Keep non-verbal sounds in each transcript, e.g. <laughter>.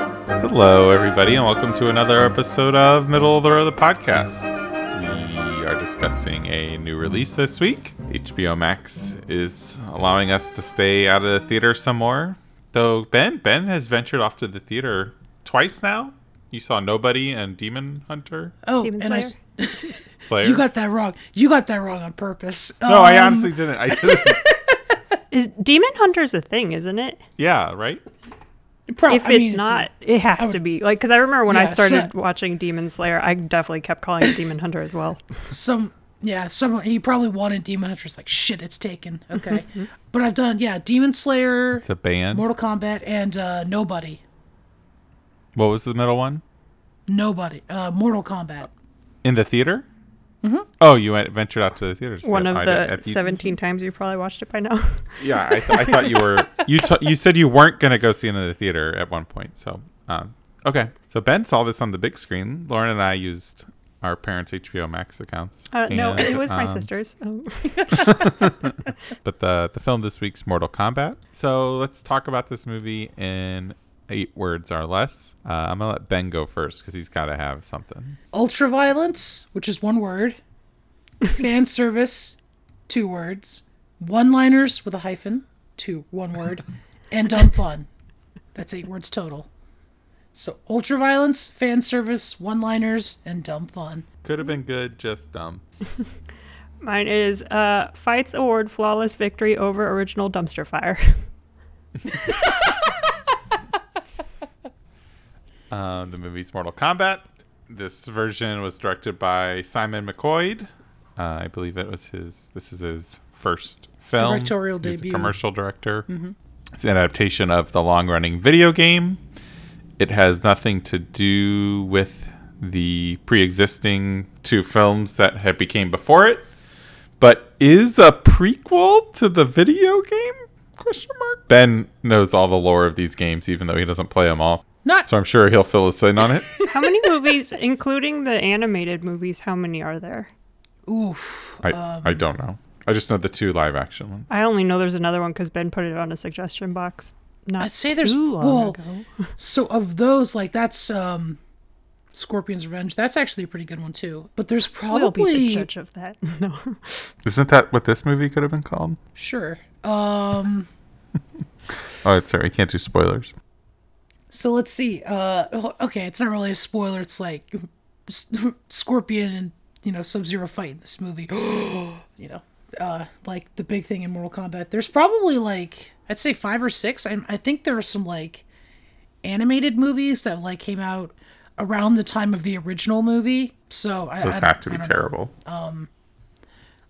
Hello, everybody, and welcome to another episode of Middle of the Road, the podcast. We are discussing a new release this week. HBO Max is allowing us to stay out of the theater some more. Though Ben, Ben has ventured off to the theater twice now. You saw Nobody and Demon Hunter Oh, Demon and I Slayer? s- Slayer. you got that wrong. You got that wrong on purpose. no, I Um, honestly didn't. I didn't. Is Demon Hunter's a thing, isn't it? yeah, right. pro- If Oh, I mean, it's a- not, it has would- to be. Like, because I remember when I Yeah, started so- watching Demon Slayer, I definitely kept calling it Demon Hunter as well. some yeah, someone he probably wanted Demon Hunter's like shit, it's taken. <laughs> Okay, Mhm. but I've done yeah, Demon Slayer, It's a band. Mortal Kombat, and uh, Nobody, What was the middle one? Nobody, uh, Mortal Kombat. In the theater. Mm-hmm. Oh, you went, ventured out to the theater. <laughs> so One I of didn't- the at 17 times you probably watched it by now. <laughs> Yeah, I, th- I thought you were you t- you said you weren't gonna go see another theater at one point. So um, okay, so Ben saw this on the big screen. Lauren and I used our parents' HBO Max accounts. Uh, no, and, it was my um, sister's. <laughs> Um, But the the film this week's Mortal Kombat. So let's talk about this movie in eight words or less. Uh, I'm gonna let Ben go first because he's got to have something. Ultraviolence, which is one word. Fan <laughs> service, two words. One-liners with a hyphen, two one word, and <laughs> dumb fun. That's eight words total. So ultraviolence, fan service, one-liners, and dumb fun. Could have been good, just dumb. mine is uh, Fights Award Flawless Victory over Original Dumpster Fire. <laughs> Um, the movie's Mortal Kombat. This version was directed by Simon McCoy. Uh, I believe it was his. This is his first film. Directorial He's a debut. Mm-hmm. commercial director. It's an adaptation of the long-running video game. It has nothing to do with the pre-existing two films that had became before it, but is a prequel to the video game? Question mark. Ben knows all the lore of these games, even though he doesn't play them all. Not So I'm sure he'll fill us in on <laughs> it. how many movies, including the animated movies, how many are there? oof. I, I Um, don't know. I just know the two live action ones. I only know there's another one because Ben put it on a suggestion box. Not I'd say there's- too long well, ago. So of those, like that's um, Scorpion's Revenge. That's actually a pretty good one too. But there's We'll probably be the judge of that. <laughs> No. Isn't that what this movie could have been called? sure. Um, Oh, sorry, I can't do spoilers. so let's see. Uh, oh, okay, it's not really a spoiler. It's like S- <laughs> Scorpion and you know Sub Zero fight in this movie. <gasps> you know, uh, like the big thing in Mortal Kombat. There's probably like I'd say five or six. I, I think there are some like animated movies that like came out around the time of the original movie. So I, Those I, have to I be don't know. terrible.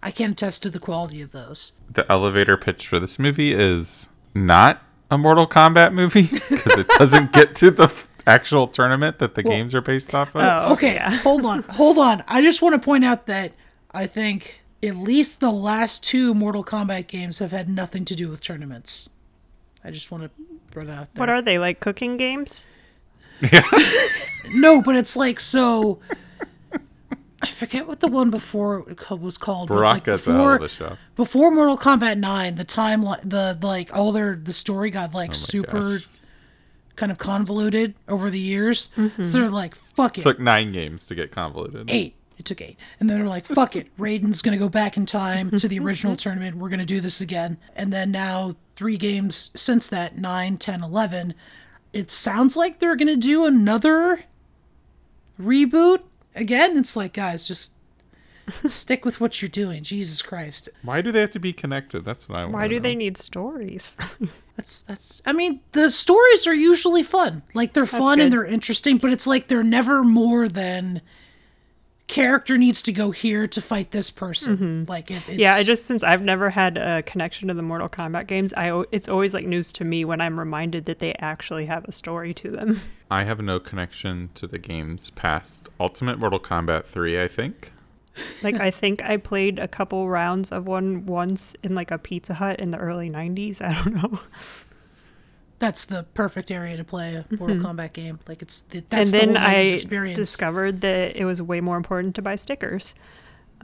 I can attest to the quality of those. The elevator pitch for this movie is not a Mortal Kombat movie <laughs> because it doesn't get to the f- actual tournament that the games are based off of. Oh, okay, hold on, hold on. I just want to point out that I think at least the last two Mortal Kombat games have had nothing to do with tournaments. I just want to run out there. What are they like cooking games? no, but it's like so. I forget what the one before it co- was called. but it's like Baraka's a hell of before- a chef. before Mortal Kombat Nine, the timeline, the the, like all their the story got like super Oh gosh. kind of convoluted over the years. So they're like, "Fuck it, Took nine games to get convoluted. eight. It took eight. And then they're like, fuck it. Raiden's going to go back in time to the original tournament. We're going to do this again. And then now, three games since that 9, 10, 11. It sounds like they're going to do another reboot. Again, it's like, guys, just stick with what you're doing. Jesus Christ. Why do they have to be connected? That's what I want. Why do they need stories? <laughs> That's, that's, I mean, the stories are usually fun. Like, they're fun and good. they're interesting, but it's like they're never more than. Character needs to go here to fight this person. Like it, it's, Mm-hmm. yeah, I just since I've never had a connection to the Mortal Kombat games, I al- it's always like news to me when I'm reminded that they actually have a story to them. <laughs> I have no connection to the games past Ultimate Mortal Kombat 3, I think. Like I think I played a couple rounds of one once in like a Pizza Hut in the early 90s. <laughs> I don't know. that's the perfect area to play a Mortal Kombat game. Like it's th- that's Mm-hmm. the and then whole I game's experience. discovered that it was way more important to buy stickers.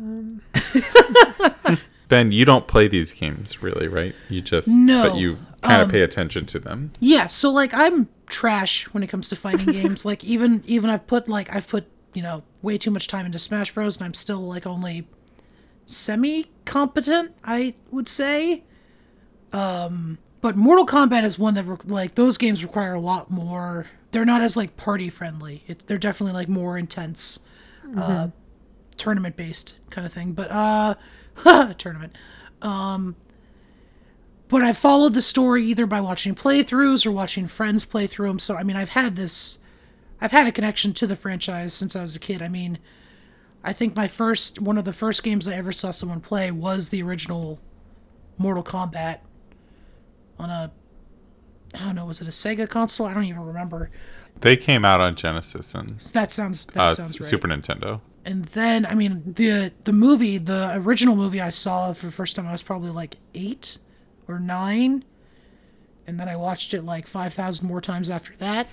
Ben, you don't play these games really, right? You just No. um, but you kind of pay attention to them. Yeah, so like I'm trash when it comes to fighting games. Like even even I've put like I've put, you know, way too much time into Smash Bros and I'm still like only semi competent, I would say. Um but Mortal Kombat is one that re- like those games require a lot more. They're not as like party friendly. It's they're definitely like more intense uh tournament based kind of thing. But uh <laughs> tournament but I followed the story either by watching playthroughs or watching friends play through them. So I mean, I've had this, I've had a connection to the franchise since I was a kid. I mean, I think my first one of the first games I ever saw someone play was the original Mortal Kombat on a I don't know, was it a Sega console? I don't even remember. They came out on Genesis and That sounds that uh, sounds right. Super Nintendo. and then I mean the the movie, the original movie I saw for the first time I was probably like eight or nine, and then I watched it like five thousand more times after that.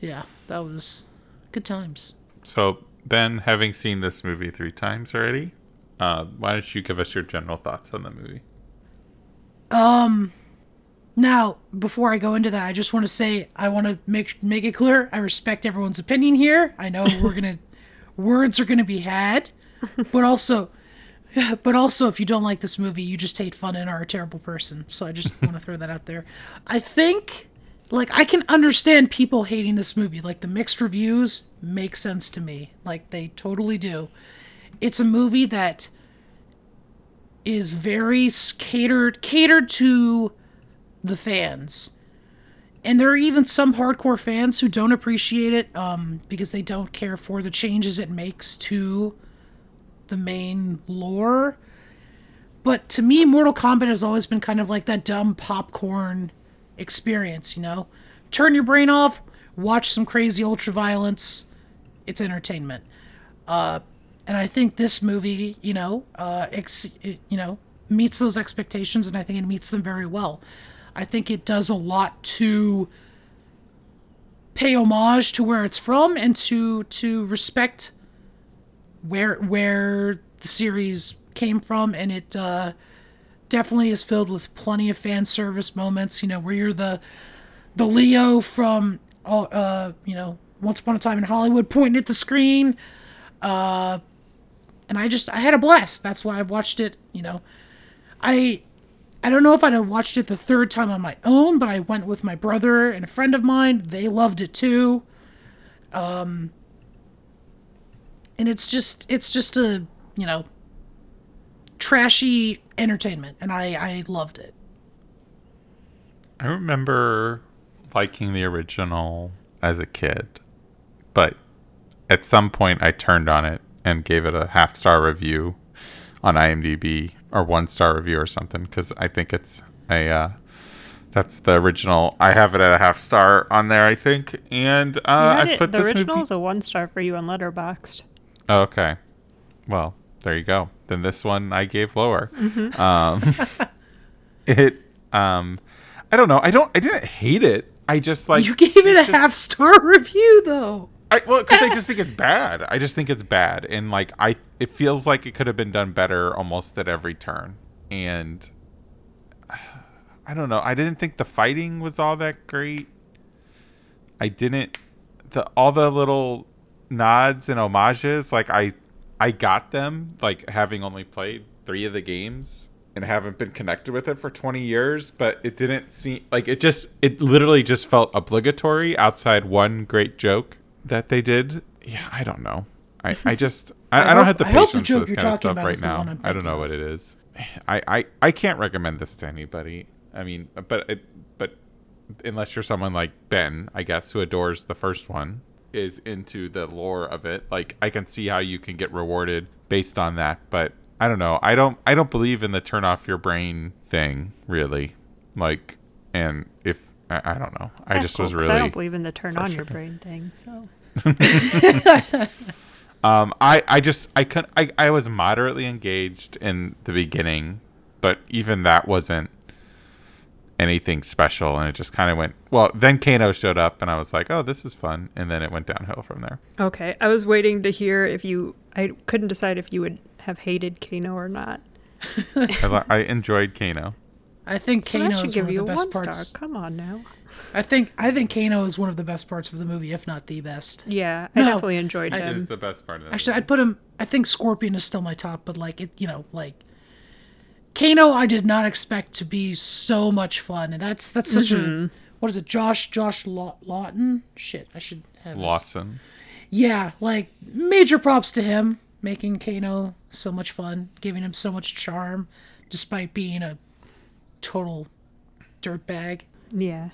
yeah, that was good times. So Ben, having seen this movie three times already, uh, why don't you give us your general thoughts on the movie? Now, before I go into that, I just want to say I want to make make it clear I respect everyone's opinion here. I know we're gonna <laughs> words are gonna be had, but also, <laughs> but also, if you don't like this movie, you just hate fun and are a terrible person. So I just want to throw that out there. I think, like, I can understand people hating this movie. Like the mixed reviews make sense to me. Like they totally do. It's a movie that is very s- catered catered to the fans. And there are even some hardcore fans who don't appreciate it um, because they don't care for the changes it makes to the main lore. But to me, Mortal Kombat has always been kind of like that dumb popcorn experience, you know? Turn your brain off, watch some crazy ultra violence. It's entertainment. Uh, and I think this movie, you know, uh, ex- it, you know, meets those expectations, and I think it meets them very well. I think it does a lot to pay homage to where it's from and to to respect where where the series came from and it uh definitely is filled with plenty of fan service moments you know where you're the the leo from all uh you know once upon a time in hollywood pointing at the screen uh and i just i had a blast that's why i watched it you know i I don't know if I'd have watched it the third time on my own, but I went with my brother and a friend of mine. They loved it too. Um, and it's just it's just a you know trashy entertainment, and I I loved it. I remember liking the original as a kid, but at some point I turned on it and gave it a half star review on IMDb or one star review or something because I think it's a uh, that's the original. I have it at a half star on there, I think, and uh, Reddit, I put the this original movie. is a one star for you on Letterboxd. Oh, okay, well there you go. Then this one I gave lower. Um, it um, I don't know. I don't. I didn't hate it. I just like You <laughs> gave it a just- half star review though. I, well, because I just think it's bad. I just think it's bad, and like I, it feels like it could have been done better almost at every turn. And <sighs> I don't know. I didn't think the fighting was all that great. I didn't the all the little nods and homages. Like I, I got them. Like having only played three of the games and haven't been connected with it for 20 years but it didn't seem like it just it literally just felt obligatory outside one great joke that they did yeah i don't know i, <laughs> I just I, I, don't hope- have the I hope patience the for joke this you're kind of talking stuff about right is the one now I'm i don't thinking know what it is I, I i can't recommend this to anybody i mean but it, but unless you're someone like ben i guess who adores the first one is into the lore of it like i can see how you can get rewarded based on that but i don't know i don't i don't believe in the turn off your brain thing really like and if i, I don't know i That's just cool, was 'cause really I don't believe in the turn on your frustrated. brain thing. So Um, I, I just I could I, I was moderately engaged in the beginning, but even that wasn't anything special, and it just kind of went. Well, then Kano showed up, and I was like, "Oh, this is fun," and then it went downhill from there. Okay, I was waiting to hear if you. I couldn't decide if you would have hated Kano or not. I, li- I enjoyed Kano. I think So Kano that should is one give of you the a best one parts. star. Come on now. I think I think Kano is one of the best parts of the movie, if not the best. Yeah, I No, definitely enjoyed I- It <laughs> is him. the best part of that. Actually, I'd put him. I think Scorpion is still my top, but like it, you know, like Kano, I did not expect to be so much fun, and that's that's such a what is it, Josh Josh Law, Lawton? Shit, I should have his- Lawson. Yeah, like major props to him making Kano so much fun, giving him so much charm, despite being a total dirtbag. Yeah.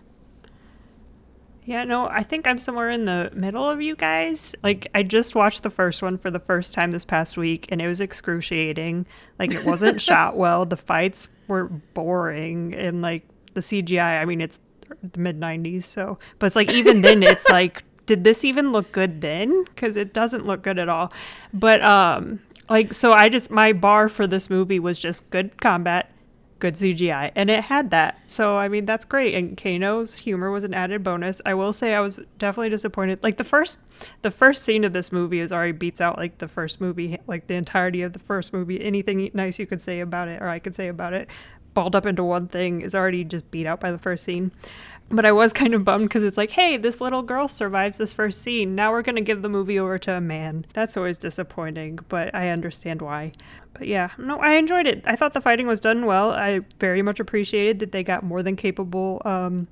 Yeah, no, I think I'm somewhere in the middle of you guys. Like, I just watched the first one for the first time this past week, and it was excruciating. Like, it wasn't shot well. The fights were boring, and like the CGI. I mean, it's the mid '90s, so but it's like even then, it's like, did this even look good then? Because it doesn't look good at all. But um, like, so I just my bar for this movie was just good combat, good CGI, and it had that. So I mean, that's great. And Kano's humor was an added bonus. I will say I was definitely disappointed. Like the first, the first scene of this movie is already beats out like the first movie, like the entirety of the first movie. Anything nice you could say about it, or I could say about it, balled up into one thing is already just beat out by the first scene. But I was kind of bummed because it's like, hey, this little girl survives this first scene. Now we're going to give the movie over to a man. That's always disappointing, but I understand why. But yeah, no, I enjoyed it. I thought the fighting was done well. I very much appreciated that they got more than capable um,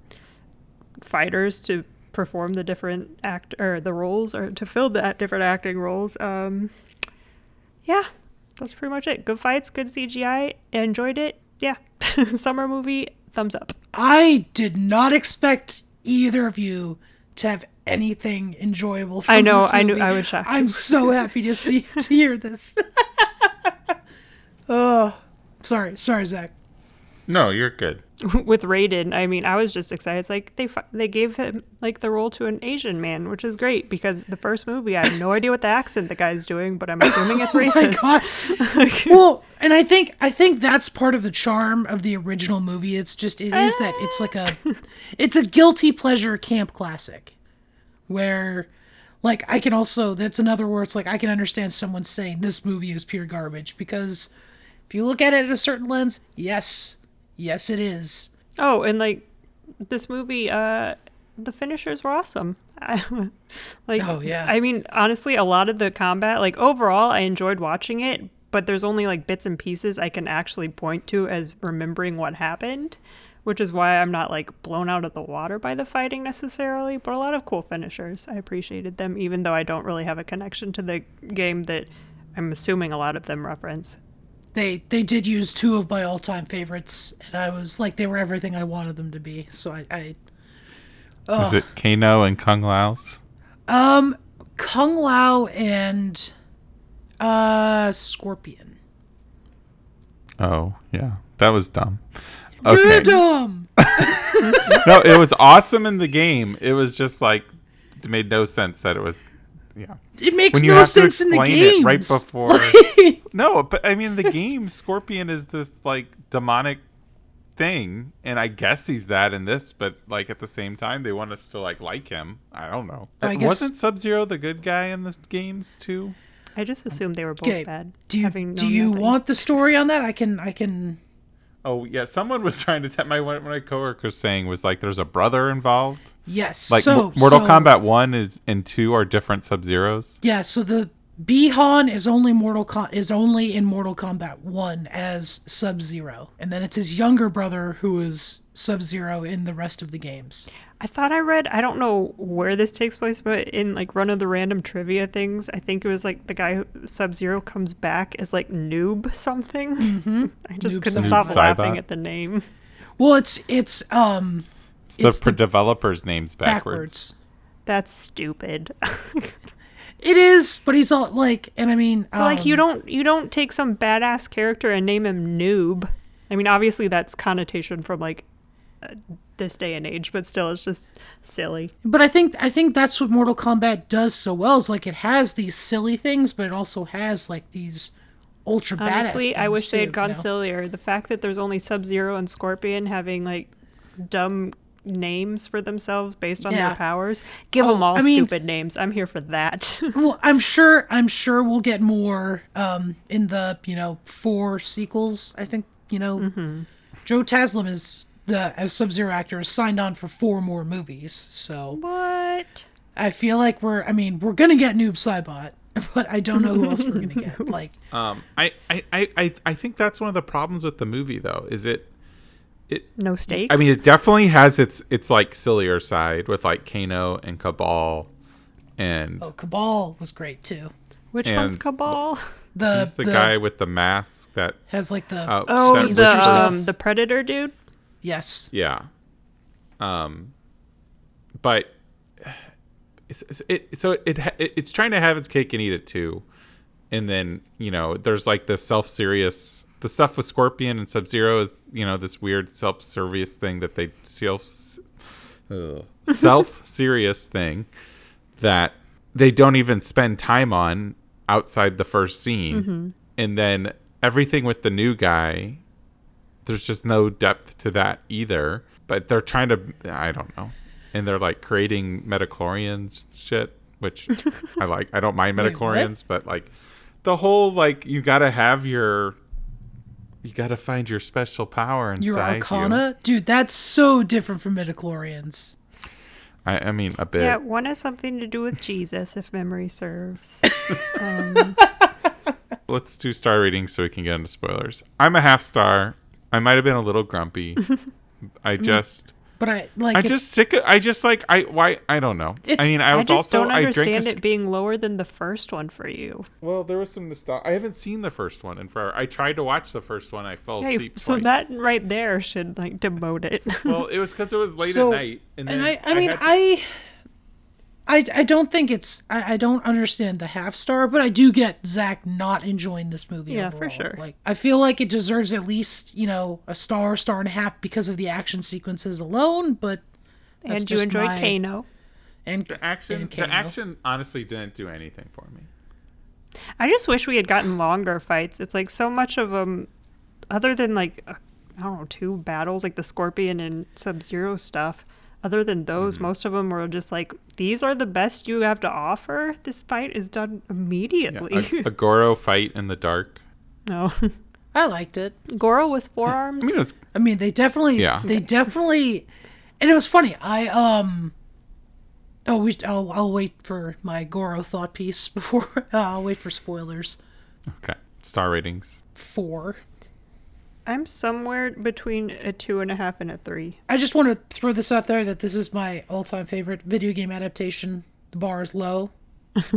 fighters to perform the different act or the roles or to fill the different acting roles. Um, yeah, that's pretty much it. Good fights, good CGI. Enjoyed it. Yeah, <laughs> summer movie, thumbs up. <laughs> I did not expect either of you to have anything enjoyable. From I know, this I knew- movie. I was shocked. I'm so happy to see to hear this. <laughs> oh, sorry, sorry, Zach. No, you're good. With Raiden, I mean, I was just excited. It's like they fi- they gave him like the role to an Asian man, which is great because the first movie, I have no idea what the accent the guy's doing, but I'm assuming it's racist. well, and I think I think that's part of the charm of the original movie. It's just it is that it's like a it's a guilty pleasure camp classic where like I can also that's another where it's like I can understand someone saying this movie is pure garbage because if you look at it at a certain lens, yes, yes it is. Oh, and like this movie, uh, the finishers were awesome. <laughs> I- like, Oh, yeah. I mean, honestly, a lot of the combat, like overall, I enjoyed watching it, but there's only like bits and pieces I can actually point to as remembering what happened, which is why I'm not like blown out of the water by the fighting necessarily. But a lot of cool finishers, I appreciated them, even though I don't really have a connection to the game that I'm assuming a lot of them reference. They they did use two of my all time favorites and I was like they were everything I wanted them to be. So I, I Is it Kano and Kung Lao's? Um, Kung Lao and uh Scorpion. Oh, yeah. That was dumb. Okay. Dumb. no, it was awesome in the game. It was just like it made no sense that it was yeah. It makes When you no have to sense in the explain games. it right before- <laughs> Like, No, but I mean the game Scorpion is this like demonic thing and I guess he's that in this, but like at the same time they want us to like like him. I don't know. I guess- Wasn't Sub-Zero the good guy in the games too? I just assumed they were both okay. bad. Do you having do known you nothing. want the story on that? I can I can. Oh, yeah, someone was <laughs> trying to tell my one of my coworkers saying was like there's a brother involved. Yes. Like so Mo- Mortal so- Kombat 1 is and 2 are different Sub-Zeros. Yeah. So the Bihan is only Mortal Com- is only in Mortal Kombat One as Sub Zero, and then it's his younger brother who is Sub Zero in the rest of the games. I thought I read, I don't know where this takes place, but in like run of the random trivia things, I think it was like the guy who Sub Zero comes back as like noob something. <laughs> I just Noob couldn't something. stop Noob laughing Saibot. at the name. Well, it's it's um It's, the, It's the- pro- developer's names backwards. backwards. That's stupid. <laughs> It is, but he's all like, and I mean, um, like you don't you don't take some badass character and name him noob. I mean, obviously that's connotation from like uh, this day and age, but still, it's just silly. But I think I think that's what Mortal Kombat does so well is like it has these silly things, but it also has like these ultra badass. Honestly, I things, wish too, they had gone you know? sillier. The fact that there's only Sub Zero and Scorpion having like dumb names for themselves based on Yeah. their powers. Give Oh, them all I mean- stupid names. I'm here for that. <laughs> Well, I'm sure. I'm sure we'll get more um, in the you know four sequels. I think you know Mm-hmm. Joe Taslim is the as Sub Zero actor is signed on for four more movies. So what? I feel like we're. I mean, we're gonna get Noob Saibot, <laughs> but I don't know who else we're gonna <laughs> get. Like, Um, I, I, I, I- I think that's one of the problems with the movie, though. Is it? No stakes. I mean, it definitely has its its like sillier side with like Kano and Cabal, and oh, Cabal was great too. which one's and- Cabal? The he's the, guy with the mask that. has like the Uh, Oh, that the whispers- um, the Predator dude. yes. yeah. Um, but it's, it's, it so it, ha- it it's trying to have its cake and eat it too, and then you know there's like the self serious the stuff with Scorpion and Sub Zero is you know this weird self serious thing that they self self serious thing that they don't even spend time on outside the first scene, Mm-hmm. and then everything with the new guy there's just no depth to that either. But they're trying to, I don't know, and they're like creating metachlorians shit, <laughs> which I like. I don't mind Wait, what? metachlorians, but like the whole like you gotta have your, you gotta find your special power inside Your you. Arcana, dude, that's so different from midichlorians. I, I mean, a bit. Yeah, one has something to do with Jesus, if <laughs> memory serves. Let's do star ratings so we can get into spoilers. I'm a half star. I might have been a little <laughs> grumpy. I just. But I Mm. like I it- just sick. Of, I just like I why I don't know. I It's- mean, I I, was just also don't I drank a understand it being lower than the first one for you. Well, there was some nostalgia. I haven't seen the first one in forever. I tried to watch the first one. I fell Hey, asleep. so twice. that right there should like demote it. well, it was because it was late So- at night, and, and then I, I mean, had- I, I, I don't think it's, I, I don't understand the half star, but I do get Zach not enjoying this movie. Yeah, for overall. sure. Like, I feel like it deserves at least, you know, a star, star and a half because of the action sequences alone, but. that's <laughs> and you just enjoyed my- Kano. And the action. and The Kano. action honestly didn't do anything for <laughs> me. I just wish we had gotten longer fights. It's like so much of them, other than like uh, I don't know, two battles like the Scorpion and Sub Zero stuff. Other than those, most of them were just like these are the best you have to offer. This fight is done immediately. A, <laughs> a Goro fight in the dark. no, I liked it. Goro was I forearms. mean, it's I mean, they definitely, Yeah. they definitely, and it was funny. I, um, oh, we, I'll, I'll wait for my Goro thought piece <laughs> before, uh, I'll wait for spoilers. okay. Star ratings. Four. I'm somewhere between a two and a half and a three. I just want to throw this out there that this is my all-time favorite video game adaptation. The bar <laughs> is low,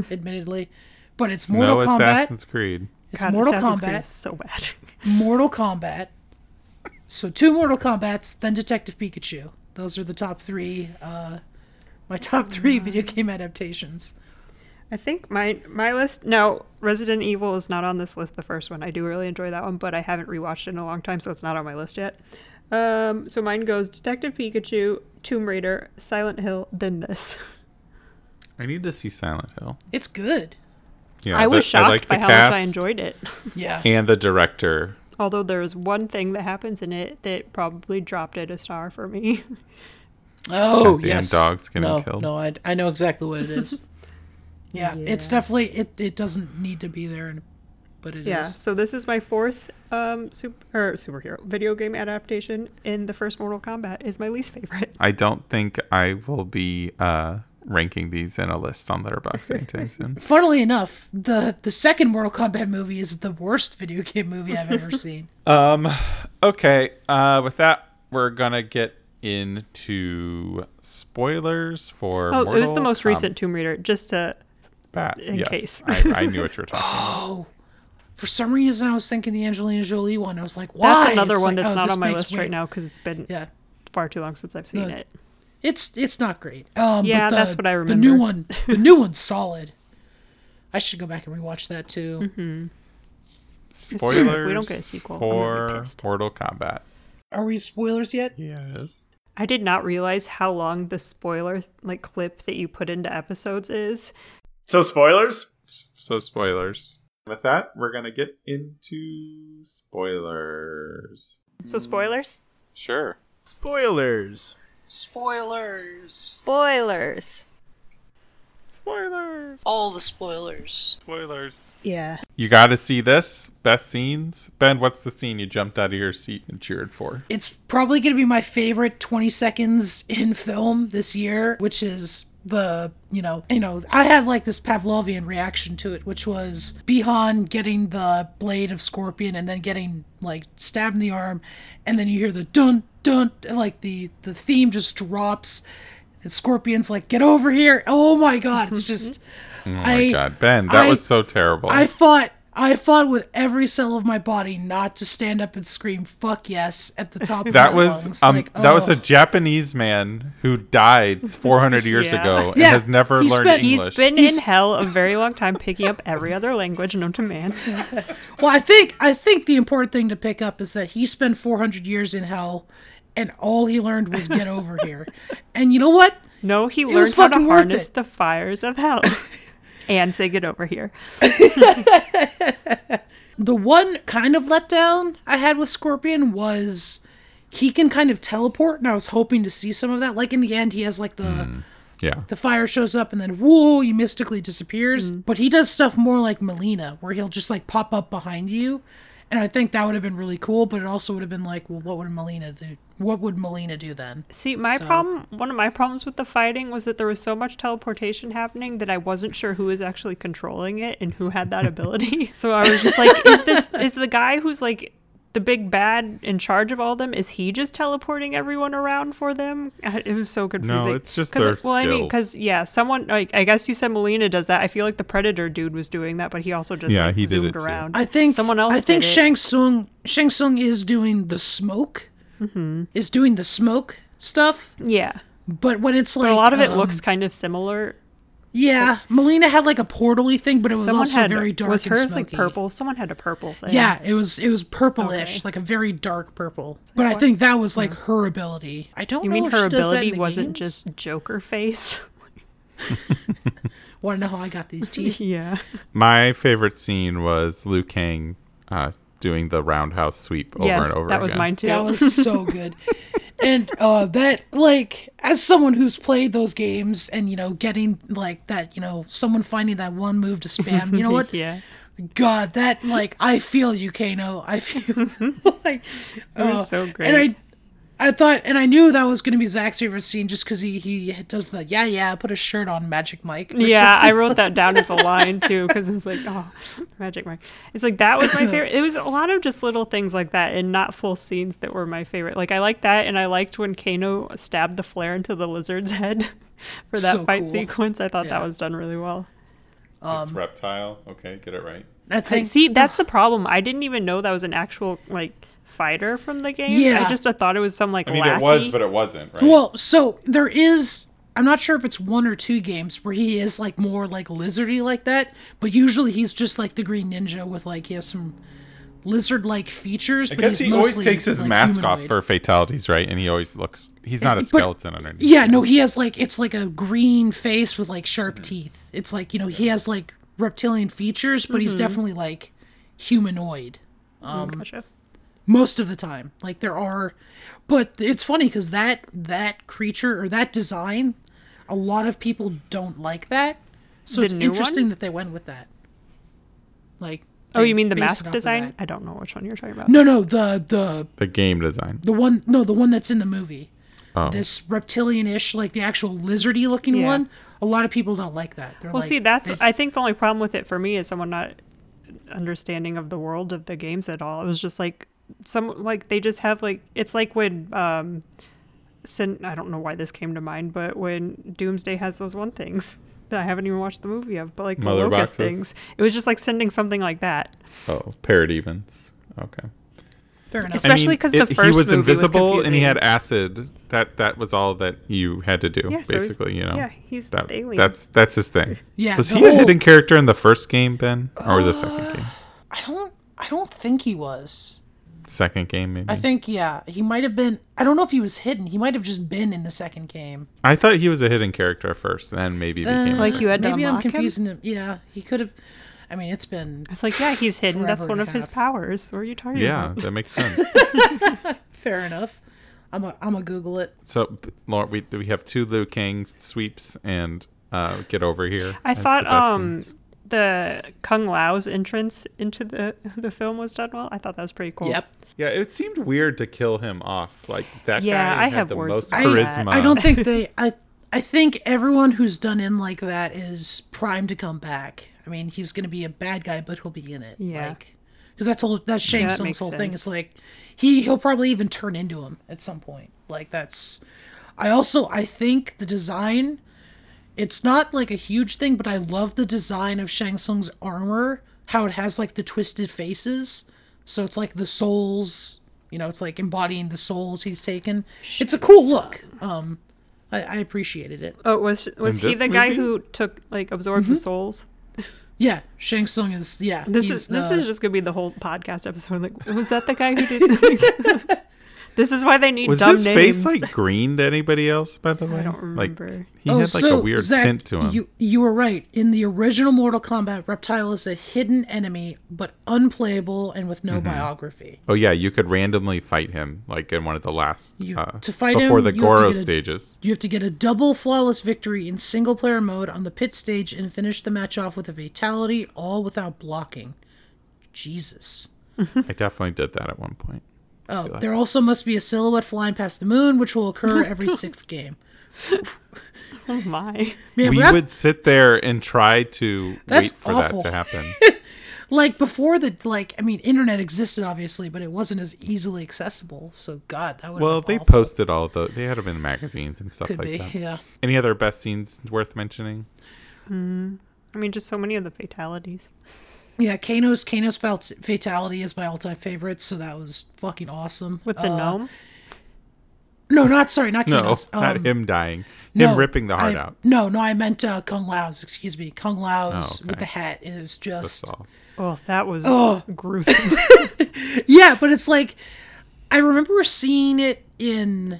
admittedly, but it's Mortal no Kombat. Assassin's Creed. It's Mortal Assassin's Creed Kombat. is so bad. Mortal Kombat. So two Mortal Kombats, then Detective Pikachu. Those are the top three. Uh, my top three video game adaptations. I think my my list now Resident Evil is not on this list. The first one I do really enjoy that one, but I haven't rewatched it in a long time, so it's not on my list yet. Um, so mine goes Detective Pikachu, Tomb Raider, Silent Hill, then this. I need to see Silent Hill. It's good. Yeah, I was that- shocked liked by the how much I cast enjoyed it. Yeah. and the director. Although there is one thing that happens in it that probably dropped it a star <laughs> for me. Oh Goddamn yes. dogs getting no, killed. No, I, I know exactly what it <laughs> is. yeah, it's definitely it. It doesn't need to be there, and- but it is. Yeah, so this is my fourth um, sup- or superhero video game adaptation, and the first Mortal Kombat is my least favorite. I don't think I will be uh, ranking these in a list on Letterboxd anytime <laughs> soon. Funnily enough, the the second Mortal Kombat movie is the worst video game movie I've <laughs> ever seen. Um. Okay. Uh. With that, we're gonna get into spoilers for. Oh, it was the Mortal most recent Tomb Raider, just to Kombat. in yes, case. I, I knew what you were <laughs> talking. about. For some reason, I was thinking the Angelina Jolie one. I was like, why? That's another It's one like, that's oh, not this on my makes list weight. right now because it's been Yeah, far too long since I've seen The- it. it's it's not great. Um, Yeah, but the, that's what I The new remember. one, <laughs> the new one's solid. I should go back and rewatch that too. Mm-hmm. weird. If we Spoilers. don't get a sequel, I'm gonna for be pissed. Mortal Kombat. Are we spoilers yet? Yes. I did not realize how long the spoiler like clip that you put into episodes is. So spoilers? So spoilers. With that, we're gonna get into spoilers. Mm. So spoilers. Sure. Spoilers. Spoilers. Spoilers. Spoilers. All the spoilers. Spoilers. Yeah. You got to see this. Best scenes. Ben, what's the scene you jumped out of your seat and cheered for? It's probably going to be my favorite 20 seconds in film this year, which is the, you know, you know, I had like this Pavlovian reaction to it, which was Bihan getting the blade of Scorpion and then getting like stabbed in the arm and then you hear the dun dun and, like the the theme just drops and Scorpion's like get over here. Oh my <laughs> god, it's just Oh my I- god, Ben, that I- was so terrible. I fought. I fought with every cell of my body not to stand up and scream "fuck yes" at the top. of that my was lungs. um, Like, that was oh. a Japanese man who died 400 years Yeah. ago and Yeah, has never he learned English. spent- he's He's been He's- in hell a very long time picking up every other language known <laughs> to man. Well, I think I think the important thing to pick up is that he spent 400 years in hell, and all he learned <laughs> was "get over here." And you know what? No, he was learned how to fucking worth harness it. the fires <laughs> of hell. and say get over here. The one kind of letdown I had with Scorpion was he can kind of teleport, and I was hoping to see some of that. Like in the end, he has like the. Hmm. yeah. the fire shows up and then whoa he mystically disappears Mm. but he does stuff more like melina where he'll just like pop up behind you and i think that would have been really cool but it also would have been like well what would melina do what would melina do then See, my So- problem, one of my problems with the fighting was that there was so much teleportation happening that I wasn't sure who was actually controlling it and who <laughs> had that ability. so I was just like, is this, is the guy who's like the big bad in charge of all them, is he just teleporting everyone around for them? It was so confusing. it's just 'Cause their it- Well, I mean, skills. because, yeah, someone, like, I guess you said Melina does that. I feel like the Predator dude was doing that, but he also just Yeah, like, he did zoomed it too. around. i think someone else i think did it. shang tsung shang tsung is doing the smoke Mm-hmm. is doing the smoke stuff Yeah. but when it's like A lot of it um, looks kind of similar. yeah melina had like a portally thing but it was Someone also had very dark was and hers like smoky. purple. Someone had a purple thing. Yeah, it was it was purplish, Okay. like a very dark purple. But I think that was like her ability. I don't. You know mean if her Oh, she does that in ability the wasn't games. just Joker face? <laughs> Want to know how I got these teeth? yeah. My favorite scene was Liu Kang uh, doing the roundhouse sweep over yes, and over that again. was mine too. that was so <laughs> good. And uh, that, like, as someone who's played those games, and you know, getting like that, you know, someone finding that one move to spam. You know what? <laughs> yeah. God, that like I feel you, Kano. I <laughs> feel <laughs> like that was so great. And I, I thought, and I knew that was going to be Zach's favorite scene just because he he does the yeah yeah put a shirt on Magic Mike. or Yeah, I wrote that down as a line too because it's like, oh, Magic Mike. It's like that was my favorite. It was a lot of just little things like that and not full scenes that were my favorite. Like I liked that, and I liked when Kano stabbed the flare into the lizard's head <laughs> for that So fight cool. sequence. I thought Yeah. that was done really well. it's reptile. Okay, get it right. I think See, that's the problem. I didn't even know that was an actual like fighter from the game. Yeah. I just uh, thought it was some like. I mean, it lackey. was, but it wasn't, right? Well, so there is. I'm not sure if it's one or two games where he is like more like lizardy like that, but usually he's just like the Green Ninja with like he has some lizard-like features. I but guess he's he always mostly, takes his like, mask off humanoid. for fatalities, right? And he always looks. He's not a But- skeleton underneath. Yeah, no, he has like it's like a green face with like sharp teeth. It's like you know he has like reptilian features, but Mm-hmm. he's definitely like humanoid. Um, Gotcha. most of the time like there are but it's funny because that that creature or that design a lot of people don't like that so The it's new interesting one? that they went with that like Oh, they you mean the based it off mask of design? that. I don't know which one you're talking about. no no the the The game design. the one no the one that's in the movie Oh. this reptilian-ish like the actual lizardy looking Yeah. one a lot of people don't like that They're Well, like, see, that's they- I think the only problem with it for me is someone not understanding of the world of the games at all. It was just like some like they just have like it's like when um sin I don't know why this came to mind, but when Doomsday has those one things <laughs> that I haven't even watched the movie of, but like the Mother boxes. locust things. It was just like sending something like that. Oh, parrot evens. Okay. fair enough Especially 'cause the it- first he was movie was invisible and he confusing. had acid. That that was all that you had to do, Yeah, so he's- basically. you know, yeah, he's that, the alien. That's that's his thing. Yeah, was the he a whole- hidden character in the first game, Ben, or the Uh, second game? i don't i don't think he was Second game, maybe. I think yeah, he might have been. I don't know if he was hidden. He might have just been in the second game. I thought he was a hidden character first, then maybe became. Uh, Like you had to Maybe I'm unlock him? confusing him? Yeah, he could have. I mean, it's been It's like, yeah, <laughs> he's hidden. Forever That's one and of a his half. powers. What are you talking yeah, about? that makes sense. fair enough. I'm a I'm a Google it. So, p- Laura, we we have two Liu Kang sweeps and uh, get over here. I as the thought best um ones. the Kung Lao's entrance into the <laughs> the film was done well. I thought that was pretty cool. Yep. Yeah, it seemed weird to kill him off. Like that Yeah, guy I had have the words most about charisma. that. I don't think they. I I think everyone who's done in like that is primed to come back. I mean, he's going to be a bad guy, but he'll be in it. Yeah. Like, because that's whole that's Shang Yeah, that Tsung's makes whole thing. sense. It's like he he'll probably even turn into him at some point. Like that's. I also I think the design. It's not like a huge thing, but I love the design of Shang Tsung's armor. How it has like the twisted faces, so it's like the souls. You know, it's like embodying the souls he's taken. It's a cool look. Um, I, I appreciated it. Oh, was was In he this the guy movie? who took like absorbed the souls? Yeah, Shang Tsung is yeah. This Mm-hmm. he's is this the- is just gonna be the whole podcast episode. Like, was that the guy who did? <laughs> The <laughs> this is why they need Was dumb his names. face <laughs> like green to anybody else? By the way, I don't Like remember. <laughs> he had like a weird Zach, tint to him. Oh, You you were right. In the original Mortal Kombat, Reptile is a hidden enemy, but unplayable and with no biography. oh yeah, you could randomly fight him like in one of the last You- uh, to fight before him, the you have to Goro get a- <laughs> stages. You have to get a double flawless victory in single player mode on the pit stage and finish the match off with a fatality, all without blocking. Jesus. I definitely did that at one point. Oh, there also must be a silhouette flying past the moon, which <laughs> will occur every sixth game. oh my! Man, we that- would sit there and try to That's wait for awful. that to happen. like before the like I mean, internet existed obviously, but it wasn't as easily accessible. So God, that would well, been they awful. posted all of the. They had them in magazines and stuff could like be that. yeah. Any other best scenes worth mentioning? I mean, just so many of the fatalities. Yeah, Kano's Kano's fal- fatality is my all-time favorite, so that was fucking awesome. With the Uh, gnome? No, not sorry, not No, Kano's. <laughs> not um, him dying. no, him ripping the heart I- out. No, no, I meant uh, Kung Lao's. Excuse me, Kung Lao's Oh, okay. with the hat is That's just all. Oh, that was Oh. gruesome. yeah, but it's like I remember seeing it in.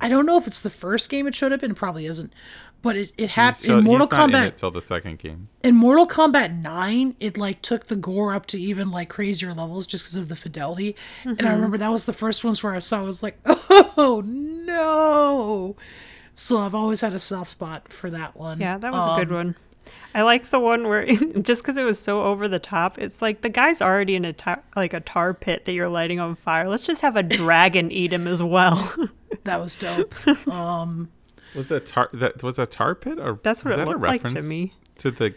I don't know if it's the first game it showed up in. It probably isn't, but it it happened So in Mortal he's not in Kombat. it till the second game. in Mortal Kombat 9, it like took the gore up to even like crazier levels just because of the fidelity. Mm-hmm. And I remember that was the first ones where I saw I was like, <laughs> oh no. So I've always had a soft spot for that one. Yeah, that was a good Um, one. I like the one where <laughs> just because it was so over the top, it's like the guy's already in a tar, like a tar pit that you're lighting on fire. Let's just have a dragon eat him as well. <laughs> That was dope. um, Was a tar that was a tar pit or That's what was it that a looked like to reference me. To the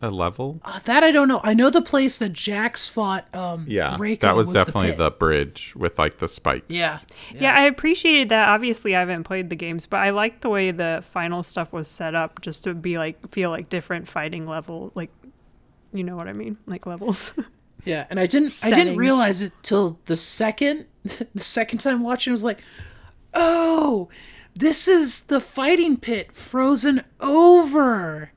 a level. uh, that I don't know. I know the place that Jax fought. Um, Yeah, Reiko that was, was definitely the, pit. the, bridge with like the spikes. Yeah. yeah, I appreciated that. Obviously, I haven't played the games, but I liked the way the final stuff was set up, just to be like feel like different fighting level, like you know what I mean, like levels. <laughs> Yeah, and I didn't I didn't settings. realize it till the second <laughs> the second time watching I was like, "Oh, this is the fighting pit frozen over."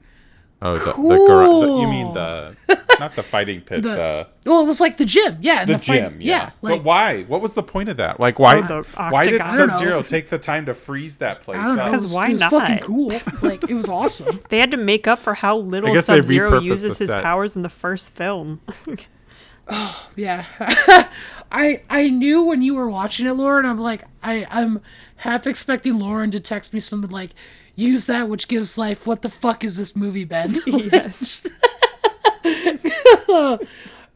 Oh, the, the gar- the- you mean Cool. <laughs> the not the fighting pit, The- the Well, it was like the gym. Yeah, and the, fight- gym, yeah. yeah. like but why? What was the point of that? Like, why? Oh, the why did octagon. I Sub don't know. Zero take the time to freeze that place? I don't know. up? it 'Cause was- why it was fucking not? cool. Like it was awesome. <laughs> they had to make up for how I little guess they Sub Zero repurposed uses the his set. powers in the first film. <laughs> Yeah. <laughs> I I knew when you were watching it, Lauren, I'm like I I'm half expecting Lauren to text me something like use that which gives life. What the fuck is this movie, <laughs> Ben? <laughs> yes.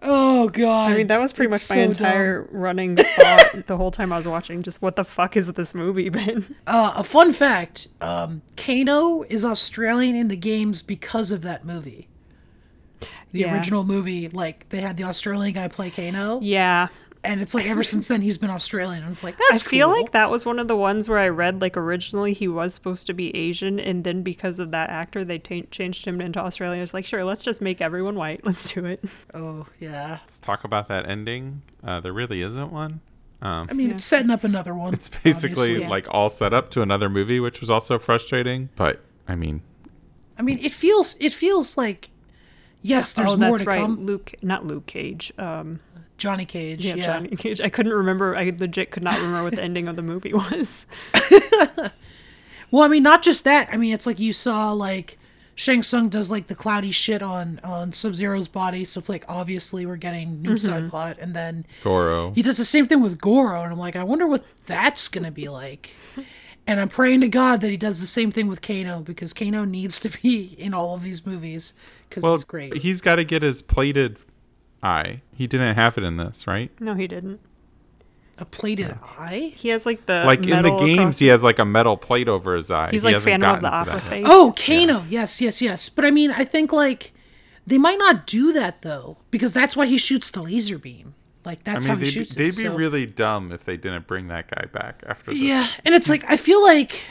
oh god. I mean, that was pretty It's much my so dumb. entire <laughs> running the thought the whole time I was watching. Just what the fuck is this movie been? <laughs> Uh, a fun fact: um, Kano is Australian in the games because of that movie. The Yeah. original movie, like they had the Australian guy play Kano, Yeah. and it's <laughs> like ever since then he's been Australian. I was like, that's I feel cool. like that was one of the ones where I read like originally he was supposed to be Asian, and then because of that actor, they ta changed him into Australian. It's like, sure, let's just make everyone white. <laughs> Let's do it. Oh yeah, Let's talk about that ending. Uh, there really isn't one. <laughs> Um, I mean, it's setting up another one. it's basically obviously. like all set up to another movie, which was also frustrating. But I mean, I mean, it feels it feels like yes, there's oh, more that's to right, come. Luke, not Luke Cage. Um, Johnny Cage, yeah, yeah, Johnny <laughs> Cage. I couldn't remember. I legit could not remember <laughs> what the ending of the movie was. Well, I mean, not just that. I mean, it's like you saw like Shang Tsung does like the cloudy shit on on Sub Zero's body, so it's like obviously we're getting Mm-hmm. new side plot, and then Goro. he does the same thing with Goro, and I'm like, I wonder what that's gonna be like. <laughs> And I'm praying to God that he does the same thing with Kano because Kano needs to be <laughs> in all of these movies because well, it's great. he's got to get his plated eye. He didn't have it in this, right? No, he didn't. a plated eye? He has like the Like in the metal games, across- he has like a metal plate over his eye. he's He like hasn't Phantom of gotten the to that Opera yet. face. Oh, Kano. Yes, yes, yes. But I mean, I think like they might not do that though because that's why he shoots the laser beam. Like I that's mean, how he they'd, be- shoots they'd it. be so- really dumb if they didn't bring that guy back after this. Yeah, and it's like I feel like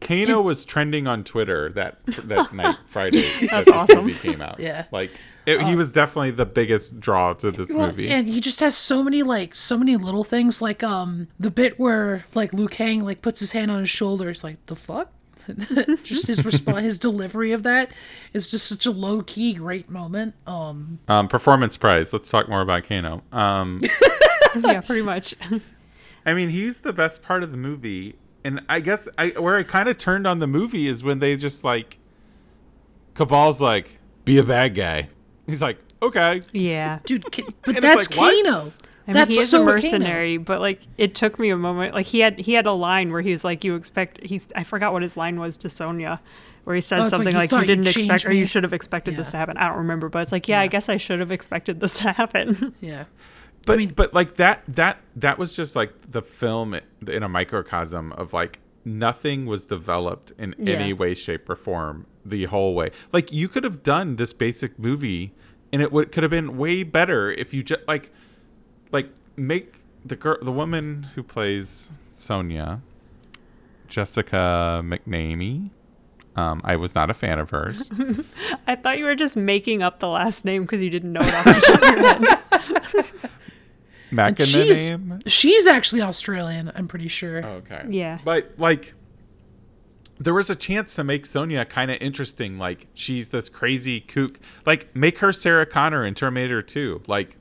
Kano was trending on Twitter that that night, Friday. that That's this awesome. Movie came out. Yeah. like it, he was definitely the biggest draw to this well, movie. and he just has so many like so many little things like um the bit where like Liu Kang like puts his hand on his shoulder. It's like the fuck. <laughs> just his response, his delivery of that is just such a low key great moment. Um, Um, performance prize. Let's talk more about Kano. Um, <laughs> yeah, pretty much. <laughs> I mean, he's the best part of the movie, and I guess I where I kind of turned on the movie is when they just like Cabal's like be a bad guy. He's like okay, yeah. dude, <laughs> K- but it's that's like, what? Kano. I mean, that's he is so a Kano. mercenary, but like it took me a moment. Like he had he had a line where he's like, "You expect he's." I forgot what his line was to Sonia, where Oh, he says it's like, something "You like, thought "You you'd didn't change expect, or me." you should have expected this Yeah. to happen." I don't remember, but it's like, yeah, I guess I should have expected this to happen. <laughs> Yeah. but mean- but like that that that was just like the film in a microcosm of like nothing was developed in Yeah. any way shape or form the whole way like you could have done this basic movie and it would could have been way better if you just like like make the girl the woman who plays sonia jessica mcnamee um, i was not a fan of <laughs> hers I thought you were just making up the last name because you didn't know it <laughs> off the top of your head. And she's mcnamee she's actually Australian. I'm pretty sure. Okay. Yeah. But like there was a chance to make Sonya kind of interesting. Like she's this crazy kook. Like make her Sarah Connor in Terminator 2. Like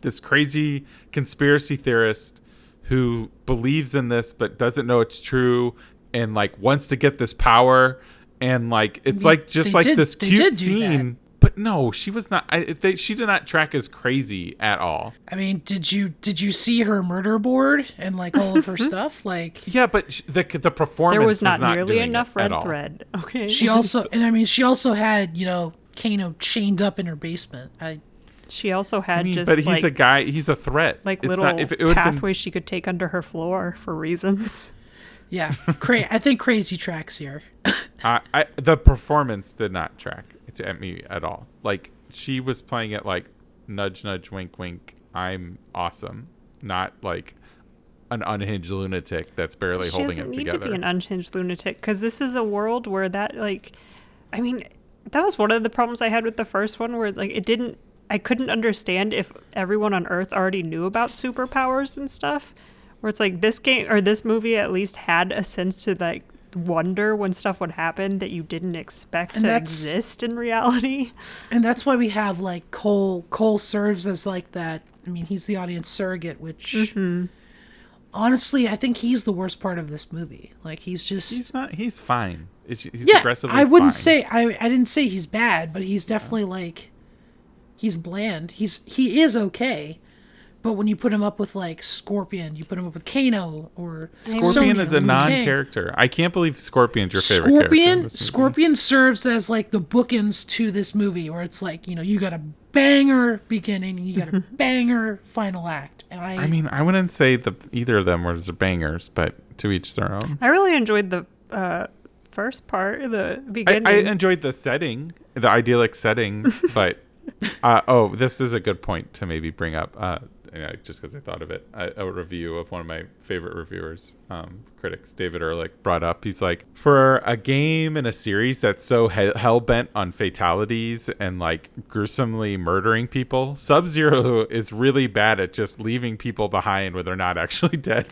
this crazy conspiracy theorist who believes in this but doesn't know it's true and like wants to get this power and like it's They- like just they like did- this they cute did do that. scene. But no, she was not. I, they, she did not track as crazy at all. I mean, did you did you see her murder board and like all <laughs> of her stuff? Like Yeah, but sh- the the performance There was not, doing nearly it enough at red all. thread. Okay. <laughs> she also, and I mean, she also had you know Kano chained up in her basement. I She also had mean, just but he's like a guy. He's a threat. like It's little not- if it would've been- pathways she could take under her floor for reasons. yeah, cra- I think crazy tracks here. <laughs> I, I, the performance did not track to, at me at all. Like she was playing it like nudge, nudge, wink, wink. I'm awesome, not like an unhinged lunatic that's barely she holding doesn't it need to together. be an unhinged lunatic because this is a world where that like, I mean, that was one of the problems I had with the first one where like it didn't. I couldn't understand if everyone on Earth already knew about superpowers and stuff. Where it's like this game or this movie at least had a sense to like wonder when stuff would happen that you didn't expect And to that's- exist in reality. <laughs> and that's why we have like Cole. Cole serves as like that. I mean, he's the audience surrogate, which honestly, I think he's the worst part of this movie. Like he's just he's not. He's fine. It's, he's yeah. aggressively. I wouldn't fine. say I. I didn't say he's bad, but he's definitely like he's bland. He's he is okay, but when you put him up with like Scorpion, you put him up with Kano or Scorpion Sonya is or a Liu Kang. non-character. I can't believe Scorpion's your favorite character. in Scorpion this movie. Scorpion serves as like the bookends to this movie where it's like, you know, you got a banger beginning, you <laughs> got a banger final act. And I, I mean, I wouldn't say the either of them were bangers, but to each their own. I really enjoyed the uh, first part, the I, beginning. I enjoyed the setting, the idyllic <laughs> setting, but uh, oh, this is a good point to maybe bring up. Uh, yeah, just because I thought of it, uh, a, a review of one of my favorite reviewers, um, critics, David Ehrlich, brought up. He's like, for a game and a series that's so he- hell bent on fatalities and like gruesomely murdering people, Sub Zero is really bad at just leaving people behind when they're not actually <laughs> dead,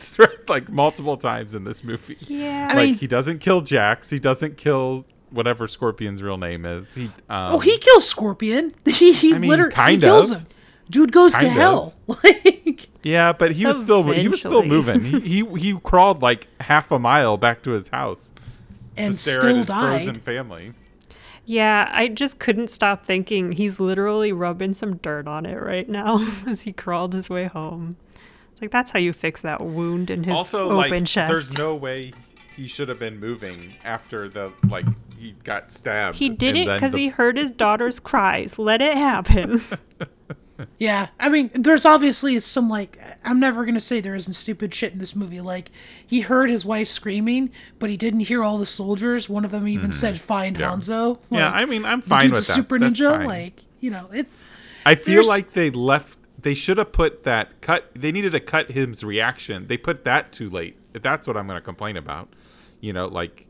like multiple times in this movie yeah. I like mean- he doesn't kill Jax. He doesn't kill whatever Scorpion's real name is. He um, oh, he kills Scorpion. <laughs> He he I mean, literally kind he kills of. him. Dude goes to Kind of. hell. <laughs> Like yeah, but he was still he was still Eventually. moving. He, he he crawled like half a mile back to his house and to stare at still his frozen died. family. Yeah, I just couldn't stop thinking he's literally rubbing some dirt on it right now <laughs> as he crawled his way home. It's like that's how you fix that wound in his also, open like, chest. there's no way he should have been moving after the like he got stabbed. he did and it then because the- he heard his daughter's cries. Let <laughs> it happen. <laughs> Yeah, I mean, there's obviously some like I'm never gonna say there isn't stupid shit in this movie. Like he heard his wife screaming, but he didn't hear all the soldiers. One of them even said, "Find Mm-hmm. Yeah. Hanzo." Like, Yeah, I mean, I'm the fine dude's with a that. super That's ninja. fine. Like you know, it. I feel There's- like they left. They should have put that cut. They needed to cut his reaction. They put that too late. That's what I'm going to complain about. You know, like,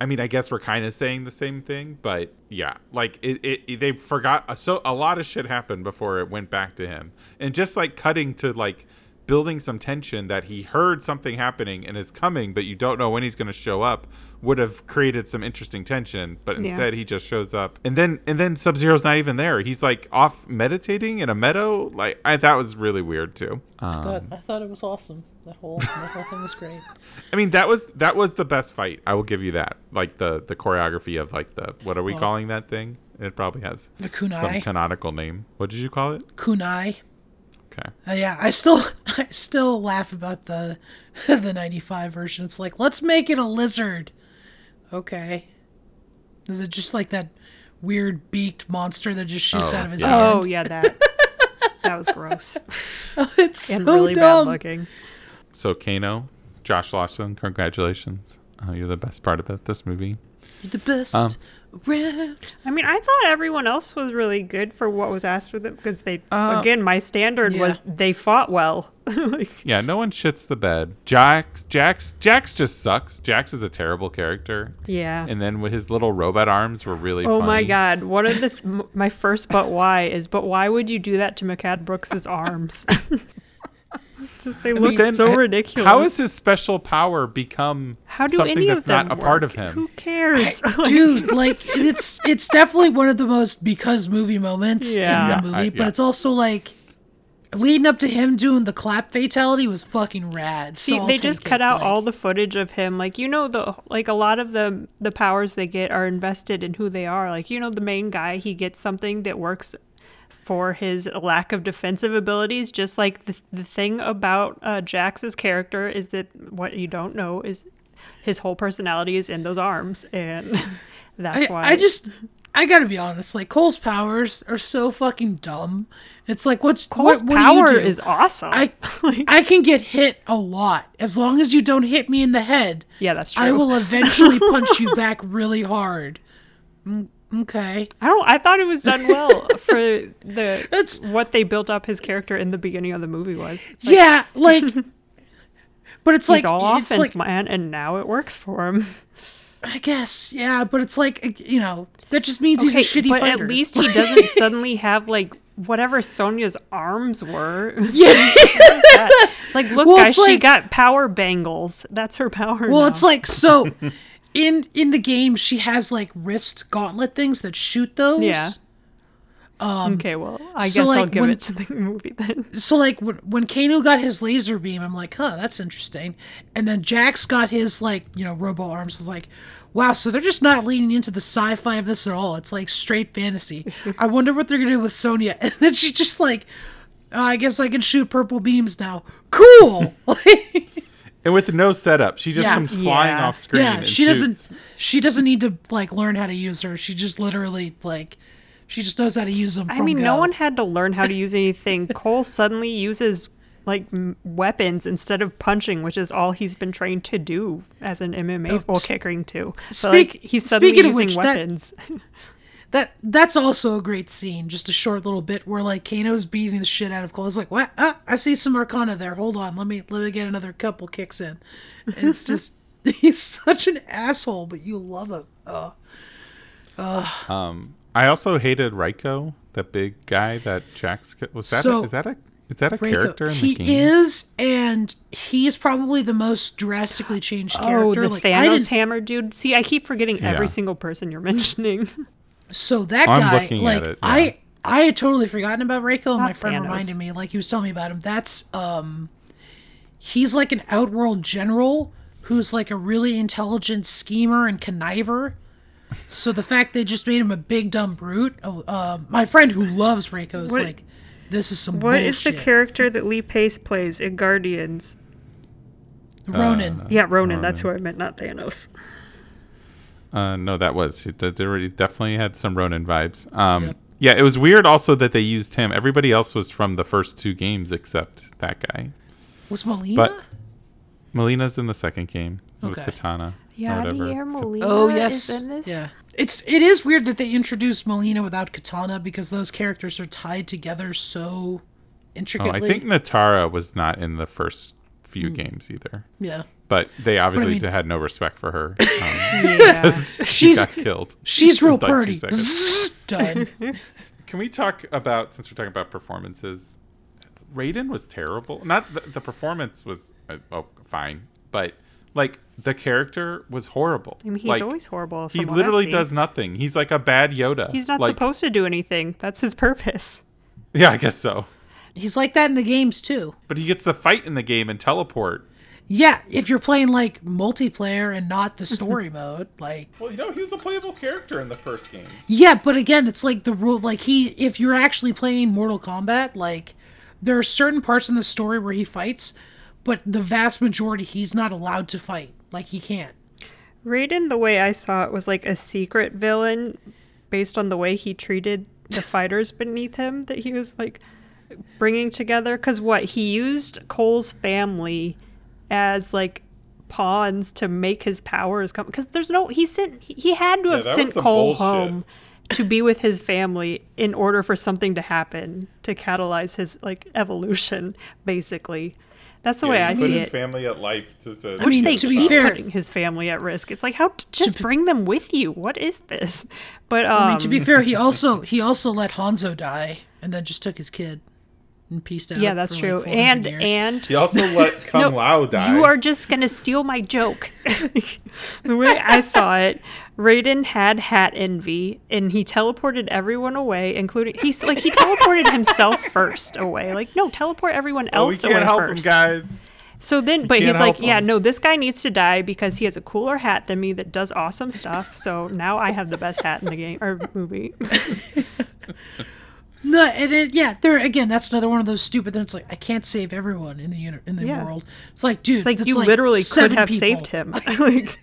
I mean, I guess we're kind of saying the same thing, but yeah, like it. it, it- they forgot. uh, So a lot of shit happened before it went back to him, and just like cutting to like building some tension that he heard something happening and is coming, but you don't know when he's going to show up, would have created some interesting tension. But Yeah. instead, he just shows up, and then and then Sub Zero's not even there. He's like off meditating in a meadow. Like I that was really weird too. I Um, thought, I thought it was awesome. That whole that whole thing was great. I mean that was that was the best fight. I will give you that. Like the the choreography of like the what are Oh. we calling that thing? It probably has The kunai, some canonical name. What did you call it? kunai. Okay. Uh, yeah, I still <laughs> I still laugh about the <laughs> the '95 version. It's like let's make it a lizard. Okay, Is it just like that weird beaked monster that just shoots Oh, out of his yeah. hand. <laughs> Oh, oh yeah, that that was gross it's and so really dumb. bad looking. So Kano, Josh Lawson, congratulations. Uh, you're the best part about this movie. You're the best Um, <laughs> around. I mean, I thought everyone else was really good for what was asked of them because they, Oh. Uh, again, my standard was they fought well. <laughs> Like, Yeah, no one shits the bed. Jax, Jax, Jax just sucks. Jax is a terrible character. yeah. And then with his little robot arms were really. Oh my funny. God! One <laughs> of the m- my first but why is but why would you do that to McCad Brooks's arms? <laughs> Just they look then so h- ridiculous. How has his special power become How do something any that's of them not a part of him? work? Who cares? Dude, like it's it's definitely one of the most because movie moments Yeah. in Yeah, the movie, I- yeah. but it's also like leading up to him doing the clap fatality was fucking rad. So See, I'll they take just it, cut out like- all the footage of him. Like you know the like a lot of the the powers they get are invested in who they are. Like you know the main guy, he gets something that works for his lack of defensive abilities. Just like the the thing about uh, Jax's character is that what you don't know is his whole personality is in those arms, and <laughs> that's why I, I just I gotta be honest, like Cole's powers are so fucking dumb. It's like what's Cole's what, what power do you do? is awesome. <laughs> I I can get hit a lot as long as you don't hit me in the head. yeah, that's true. I <laughs> will eventually punch you back really hard. Mm, okay. I don't. I thought it was <laughs> done well for the That's- what they built up his character in the beginning of the movie was. yeah, <laughs> like. But it's like He's all it's offense, like man, and now it works for him. I guess yeah, but it's like you know that just means <laughs> he's a shitty but fighter. at least <laughs> he doesn't suddenly have like whatever Sonya's arms were. <laughs> yeah. It's like, look, Well, it's guys, she like- got power bangles. That's her power. Well, now. it's like <laughs> so. In in the game, she has like wrist gauntlet things that shoot those. yeah. okay, well, I um, so, guess I'll like, give when- it to the <laughs> movie then. so like when, when Kano got his laser beam, I'm like, huh, that's interesting. And then Jax got his like, you know, robo arms. Is like, wow. So they're just not leaning into the sci-fi of this at all. It's like straight fantasy. <laughs> I wonder what they're gonna do with Sonya. <laughs> And then she just like, "Uh, I guess I can shoot purple beams now. <laughs> Cool. <laughs> Like, And with no setup, she just Yeah. comes flying Yeah. off screen. yeah, and she shoots. doesn't. She doesn't need to like learn how to use her. She just literally like, she just knows how to use them. I from mean, no go. one had to learn how to use <laughs> anything. Cole suddenly uses like m- weapons instead of punching, which is all he's been trained to do as an MMA well, kicking too. So Oh, speak- like he's suddenly speaking of using which, that- weapons. That that's also a great scene. Just a short little bit where like Kano's beating the shit out of Cole. It's like, what? Ah, I see some Arcana there. Hold on, let me let me get another couple kicks in. And it's just <laughs> he's such an asshole, but you love him. Oh, I also hated Raiko, the big guy that Jax ki- was. That So- a, is that a is that a character in he the game? is, and he's probably the most drastically changed Oh, character. the like, I Thanos didn't, hammer dude. See, I keep forgetting Yeah. every single person you're <laughs> mentioning. so that I'm guy, looking at like it, yeah. I, I had totally forgotten about Reiko, and my friend Thanos. reminded me. Like he was telling me about him. That's um, he's like an outworld general who's like a really intelligent schemer and conniver. So the fact they just made him a big dumb brute. Oh, um, my friend who loves Ranko is What- like, this is some What is bullshit. the character that Lee Pace plays in Guardians? Ronan. Yeah, Ronan. That's who I meant, not <laughs> Thanos. Uh, no, that was it. did- it definitely had some Ronin vibes. Um, Yep. Yeah, it was weird also that they used him. Everybody else was from the first two games except that guy. was Molina? But Melina's in the second game with Okay. Katana. or whatever. Yadier Molina oh yes, is in this. yeah. It's it is weird that they introduced Molina without Katana because those characters are tied together so Oh, intricately. I think Natara was not in the first few games either. yeah. But they obviously Hmm. mean- had no respect for <coughs> her. Um, Yeah. <laughs> 'cause she She's- got killed. She's real Like two pretty. seconds. <laughs> Done. Can we talk about since we're talking about performances? Raiden was terrible. Not the, the performance was uh, oh fine, but like the character was horrible. I mean, he's Like, always horrible. He from what I've literally seen. does nothing. He's like a bad Yoda. He's not Like- supposed to do anything. That's his purpose. Yeah, I guess so. He's like that in the games too. But he gets to fight in the game and teleport. Yeah, if you're playing like multiplayer and <laughs> not the story mode, like Well, you know, he was a playable character in the first game. Yeah, but again, it's like the rule. Like he, if you're actually playing Mortal Kombat, like there are certain parts in the story where he fights, but the vast majority he's not allowed to fight. Like he can't. Raiden, the way I saw it, was like a secret villain based on the way he treated <laughs> the fighters beneath him that he was like bringing together. Because what? He used Cole's family as like pawns to make his powers come. Because there's no. He sent. He, he had to have that was sent some Cole bullshit. home to be with his family in order for something to happen to catalyze his like evolution, basically. That's the way I see it. family at life to, I mean, They to be keep fair, putting his family at risk. It's like how t- just bring them with you. What is this? But um, I mean, to be fair, he also he also let Hanzo die and then just took his kid and pieced out. yeah, that's for, true. like, 400 and years. and he also <laughs> let Kung No, Lao die. you are just gonna steal my joke. <laughs> the way I saw it, Raiden had hat envy, and he teleported everyone away, including he's like he <laughs> teleported himself first away. Like no, teleport everyone Oh, else away first. guys. So then, but can't he's like, help yeah, him. no, this guy needs to die because he has a cooler hat than me that does awesome stuff. So now I have the best hat in the game or movie. <laughs> No, and it, yeah, there again, that's another one of those stupid. Then it's like I can't save everyone in the unit in the Yeah. world. It's like, dude, It's like that's you literally could seven have people. saved him. <laughs> like,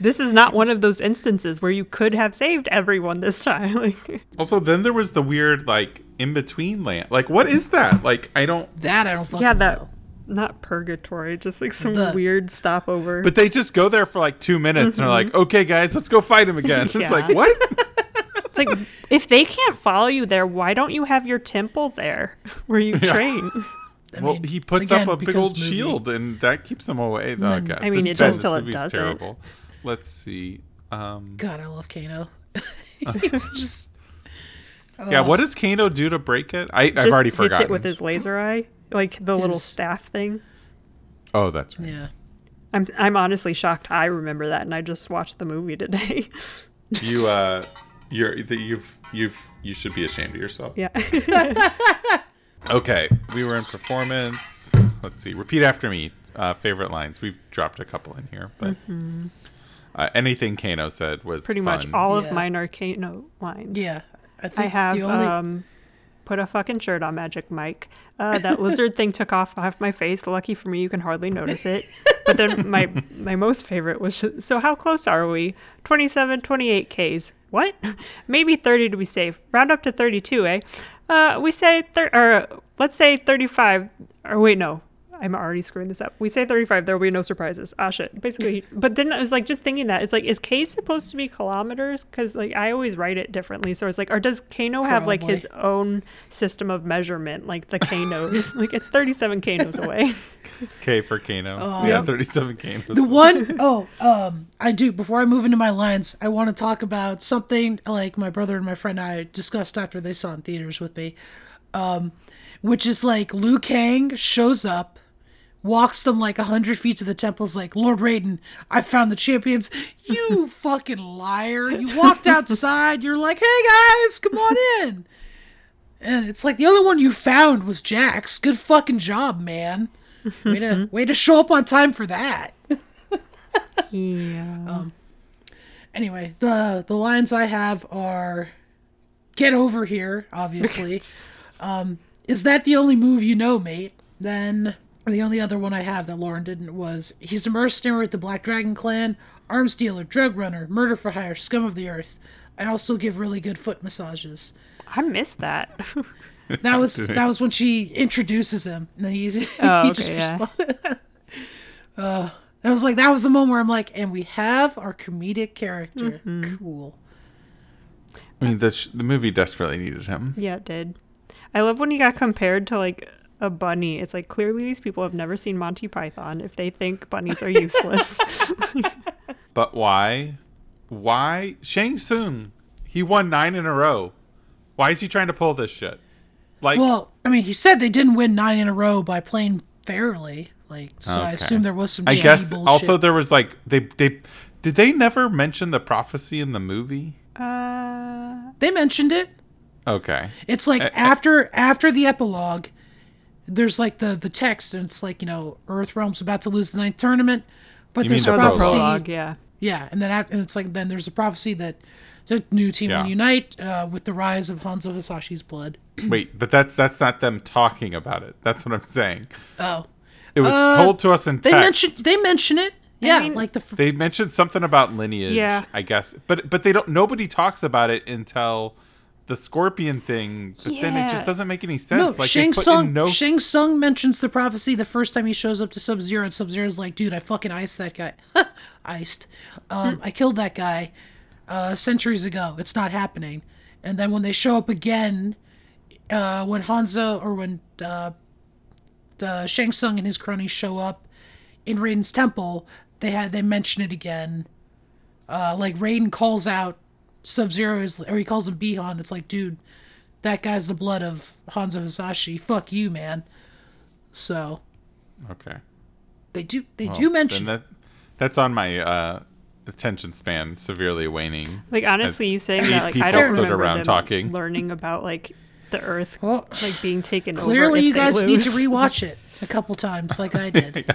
this is not one of those instances where you could have saved everyone this time. <laughs> Like, Also, then there was the weird like in between land. Like, what is that? Like, I don't. That I don't fucking yeah, that know. not purgatory, just like some The- weird stopover. But they just go there for like two minutes and are like, "Okay, guys, let's go fight him again." <laughs> It's like, Mm-hmm. Yeah. <laughs> what? it's like if they can't follow you there, why don't you have your temple there <laughs> where you train? I well, mean, he puts again, up a big because old movie- shield, and that keeps him away. Oh, Then- God. Mm-hmm. I mean, this- it does this till it movie's doesn't. Terrible. Let's see. Um, God, I love Kano. <laughs> it's just yeah, what does Kano do to break it? I, I've Just already hits forgotten. it with his laser eye, like the little His- staff thing. oh, that's <laughs> right. yeah. I'm I'm honestly shocked. I remember that, and I just watched the movie today. <laughs> You, uh, you're that you've you've you should be ashamed of yourself. yeah, <laughs> Okay, we were in performance. Let's see. Repeat after me. Uh, favorite lines. We've dropped a couple in here, but uh, anything Kano said was Mm-hmm. pretty much fun. all Yeah. of mine are Kano lines. Yeah. think I have the only um, put a fucking shirt on, Magic Mike. Uh, that lizard thing took off half my face. Lucky for me, you can hardly notice it. But then my my most favorite was just, so how close are we? 27, 28 k's. What? <laughs> Maybe 30 to be safe. Round up to 32, eh? Uh, we say thir- or let's say 35. Or wait, no. I'm already screwing this up. We say 35, there will be no surprises. Ah, shit. Basically, but then I was like, just thinking that. It's like, is K supposed to be kilometers? Because, like, I always write it differently. So it's like, or does Kano have, like, his own system of measurement, like the Kanos? <laughs> like, it's 37 Kanos <laughs> away. K for Kano. yeah, thirty-seven Kano. Oh. the one oh um I do before I move into my lines I want to talk about something like my brother and my friend and I discussed after they saw it in theaters with me, um, which is like Liu Kang shows up. Walks them like a hundred feet to the temples, like Lord Raiden. I found the champions. You fucking liar! You walked outside. You're like, hey guys, come on in. And it's like the only one you found was Jax. Good fucking job, man. Way Oh, to way to show up on time for that. Yeah. Anyway, the the lines I have are get over here, <laughs> obviously. um, is that the only move you know, mate? Then the only other one I have that Lauren didn't was he's a mercenary with the Black Dragon Clan, arms dealer, drug runner, murder for hire, scum of the earth. I also give really good foot <laughs> massages. I missed that. <laughs> That was that was when she introduces him. And then he's, Oh, he <laughs> just okay, yeah. responded. <laughs> uh, that was like that was the moment where I'm like, and we have our comedic character. Mm-hmm. Cool. I mean, the, sh- the movie desperately needed him. yeah, it did. I love when he got compared to like a bunny. It's like clearly these people have never seen Monty Python if they think bunnies are useless. <laughs> <laughs> But why? Why? Shang Tsung, he won nine in a row. Why is he trying to pull this shit? Like, Well, I mean, he said they didn't win nine in a row by playing fairly. Like, so I Okay. assume there was some. I shady guess bullshit. also there was like they they did they never mention the prophecy in the movie? uh, they mentioned it. Okay, It's like I- after after the epilogue, there's like the the text, and it's like you know, Earth Realm's about to lose the ninth tournament, but You there's mean a the the Prologue. prophecy. prologue, yeah. Yeah, and then after, and it's like then there's a prophecy that the new team Yeah. will unite uh, with the rise of Hanzo Hisashi's blood. wait, but that's that's not them talking about it. That's what I'm saying. Oh, It was Uh, told to us in they text. mention they mention it. Yeah, mean- like the fr- they mentioned something about lineage. Yeah. I guess, but but they don't. Nobody talks about it until the scorpion thing. But then it Yeah. just doesn't make any No, sense. like Shang they put Tsung. in no Shang Tsung mentions the prophecy the first time he shows up to Sub Zero, and Sub Zero's like, "Dude, I fucking iced that guy. <laughs> iced. Um, I killed that guy uh, centuries ago. It's not happening." And then when they show up again, uh, when Hanzo or when uh, uh, Shang Tsung and his cronies show up in Raiden's temple, they had they mention it again. Uh, like Raiden calls out Sub Zero is, or he calls him Bihan. It's like, dude, that guy's the blood of Hanzo Hisashi. Fuck you, man. So okay. they do they Well, do mention then that. That's on my uh, attention span severely waning. Like honestly, As you saying that like people I don't stood remember around them talking. learning about like the Earth Well, like being taken over. clearly if you they guys need to lose. rewatch it a couple times, like <laughs> I did.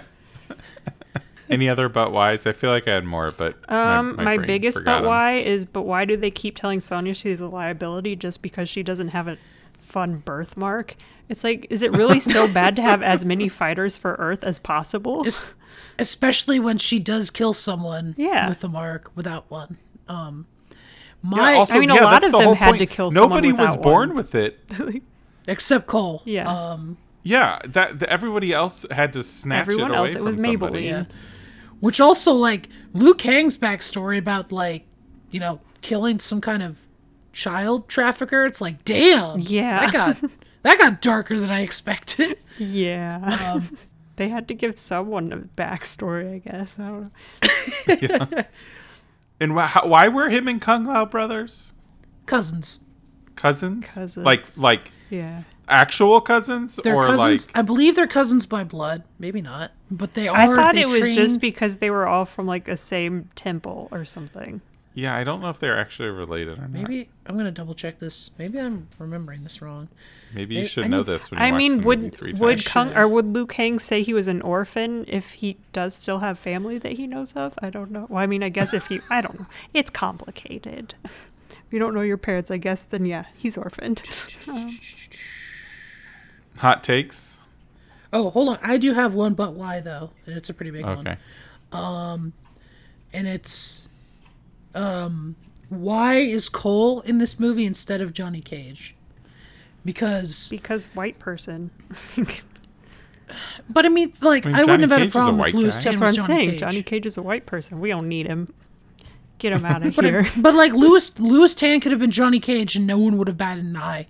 Any other but whys? I feel like I had more, but Um, my, brain biggest forgot but 'em. why is but why do they keep telling Sonya she's a liability just because she doesn't have a fun birthmark? It's like, is it <laughs> really so bad to have as many fighters for Earth as possible? <laughs> Es- Especially when she does kill someone Yeah. with a mark without one. Um Yeah, my also, I mean, a yeah, lot that's of the them whole had point. to kill someone Nobody was without born one. with it. except Cole. Yeah. Um Yeah, that the, everybody else had to snatch Everyone it away else, it from was somebody. Maybelline. Yeah. Which also like Luke Kang's backstory about like, you know, killing some kind of child trafficker, it's like, damn. Yeah. That <laughs> got that got darker than I expected. Yeah. Um, <laughs> they had to give someone a backstory, I guess. I don't know. And wh- how, why were him and Kung Lao brothers? Cousins. Cousins? Cousins. Like like Yeah. actual cousins They're or cousins. like I believe they're cousins by blood. Maybe not. But they are I thought they it was just train- because they were all from like a same temple or something. Yeah, I don't know if they're actually related or not. Maybe, Maybe I'm gonna double check this. Maybe I'm remembering this wrong. you I- should I know need- this when you I watch mean, the movie three would would times. Kung or would Luke Kang say he was an orphan if he does still have family that he knows of? I don't know. Well, I mean, I guess if he, I don't know. It's complicated. If you don't know your parents, I guess then yeah, <laughs> he's orphaned. Um, Hot takes? Oh, hold on. I do have one but why though, and it's a pretty big one. Okay. And it's um why is Cole in this movie instead of Johnny Cage? Because because white <laughs> person. but I mean like I, I mean, wouldn't Johnny have had Cage a is a problem white with Louis guy. That's Tatum what I'm as Johnny saying. Cage. Johnny Cage is a white person. We don't need him. <laughs> Get him out of But, here. <laughs> but like Lewis Lewis Tan could have been Johnny Cage and no one would have batted an eye.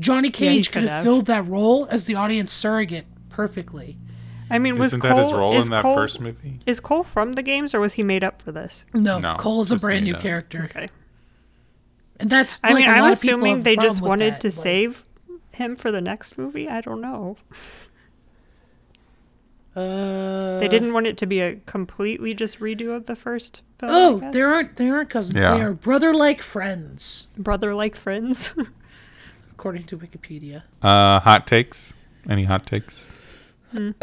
Johnny he Cage could could have, have. filled that role as the audience surrogate perfectly. I mean, was Isn't Cole, that his role is in that Cole- first movie? Is Cole from the games or was he made up for this? No, No, Cole is a just brand made new up. character, Okay. and that's. I like, mean, a I'm lot of people have assuming a they just problem with wanted that, to like- save him for the next movie. I don't know. Uh, They didn't want it to be a completely just redo of the first film. Oh, I they aren't they aren't cousins. Yeah. They are brother-like friends, brother like friends. <laughs> according to Wikipedia. Uh, hot takes? Any hot takes? Mm-hmm.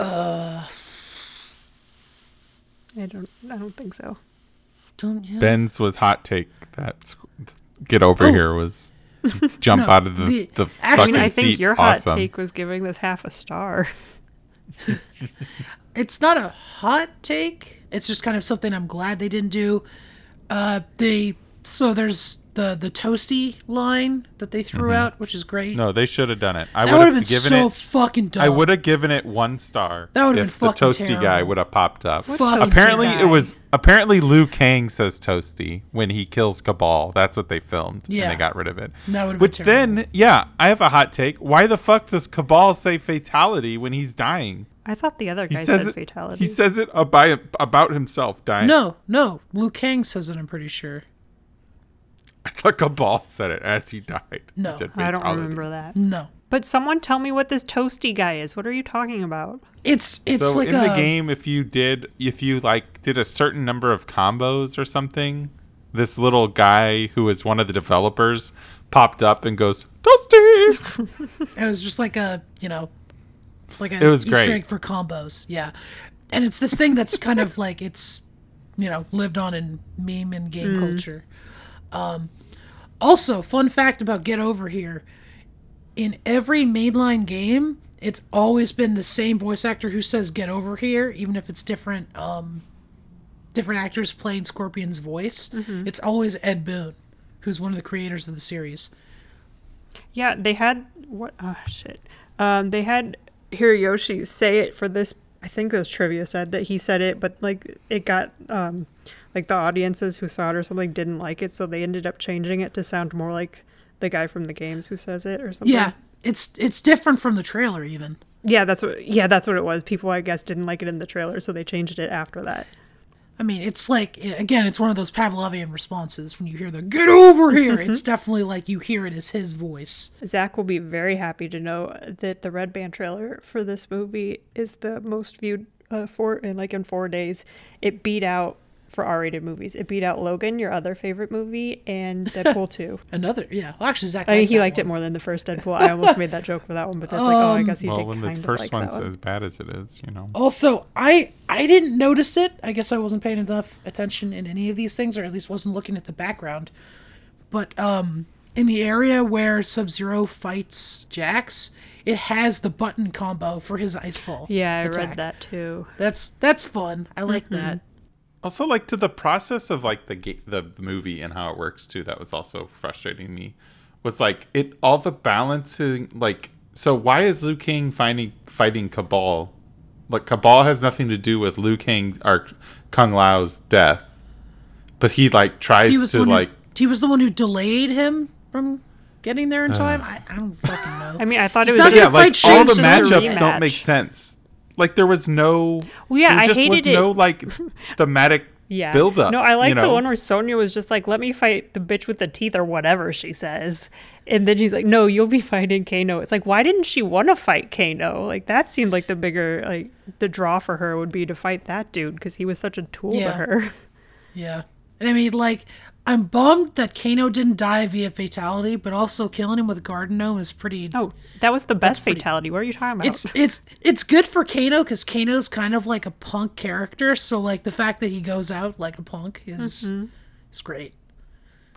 I don't. I don't think so. Don't yeah. Ben's was hot take that sc- get over Oh. here <laughs> was jump No, out of the, the- the actually, I mean, fucking I think seat. your hot awesome. take was giving this half a star. <laughs> it's not a hot take. It's just kind of something I'm glad they didn't do. Uh, they so there's the the toasty line that they threw out, which is great. Mm-hmm. No, they should have done it. I that would would have been have given so it. fucking dumb. I would have given it one star. That would've if been the fucking toasty guy terrible. would have popped up. Fucking Apparently, toasty it guy? was apparently Liu Kang says toasty when he kills Cabal. That's what they filmed, and Yeah. they got rid of it. That would've been Which terrible. then, yeah, I have a hot take. Why the fuck does Cabal say fatality when he's dying? I thought the other He guy says said it. fatality. He says it about about himself dying. No, no. Liu Kang says it. I'm pretty sure. <laughs> I thought Cabal said it as he died. No, he said I don't fatality. remember that. No, But someone tell me what this toasty guy is. What are you talking about? it's it's so like in a the game, if you did, if you like did a certain number of combos or something, this little guy who is one of the developers popped up and goes toasty. It was just like a you know, like a It was Easter great. egg for combos. Yeah, and it's this thing that's kind of <laughs> like it's you know lived on in meme and game culture. Um, also, fun fact about Get Over Here: in every mainline game, it's always been the same voice actor who says "Get Over Here," even if it's different. Um, different actors playing Scorpion's voice. It's always Ed Boon, who's one of the creators of the series. Yeah, they had what? Oh shit. Um, they had Hiroyoshi say it for this. I think this trivia said that he said it, but like it got um, like the audiences who saw it or something didn't like it, so they ended up changing it to sound more like the guy from the games who says it or something. Yeah, it's it's different from the trailer even. yeah, that's what. Yeah, that's what it was. People, I guess, didn't like it in the trailer, so they changed it after that. I mean, it's like again, it's one of those Pavlovian responses when you hear the "Get over here." Mm-hmm. It's definitely like you hear it as his voice. Zach will be very happy to know that the Red Band trailer for this movie is the most viewed uh, for in like in four days. It beat out for R-rated movies. It beat out Logan, your other favorite movie, and <laughs> Deadpool two. Another, yeah. Well, actually, Zach. I mean, he that liked it one. more than the first Deadpool. I almost made that joke for that one, but that's like, oh, I guess <laughs> he well, did when kind the of first like that one's one. as bad as it is, you know. Also, I I didn't notice it. I guess I wasn't paying enough attention in any of these things, or at least wasn't looking at the background. But um, in the area where Sub Zero fights Jax, it has the button combo for his ice ball. Yeah, I attack. read that Mm-hmm. too. That's that's fun. I like that. Also, like to the process of like the ga- the movie and how it works too. That was also frustrating me. Was like it all the balancing. Like, so why is Liu Kang finding fighting Cabal? Like Cabal has nothing to do with Liu Kang or Kung Lao's death, but he like tries he was the to one like. Uh. who, he was the one who delayed him from getting there in time. I, I don't fucking know. <laughs> I mean, I thought He's it was not just yeah, gonna like fight all the Shang Tsung in a matchups don't rematch. make sense. Like there was no. Well, yeah, there I just was hated it. no <laughs> like thematic yeah. build up. No, I like you the know? one where Sonya was just like, "Let me fight the bitch with the teeth or whatever she says," and then she's like, "No, you'll be fighting Kano." It's like, why didn't she want to fight Kano? Like that seemed like the bigger, like the draw for her would be to fight that dude because he was such a tool Yeah. to her. <laughs> yeah, and I mean, like, I'm bummed that Kano didn't die via fatality, but also killing him with Garden Gnome is pretty. Oh, that was the best fatality. What are you talking about? It's it's it's good for Kano because Kano's kind of like a punk character, so like the fact that he goes out like a punk is Mm-hmm. is great.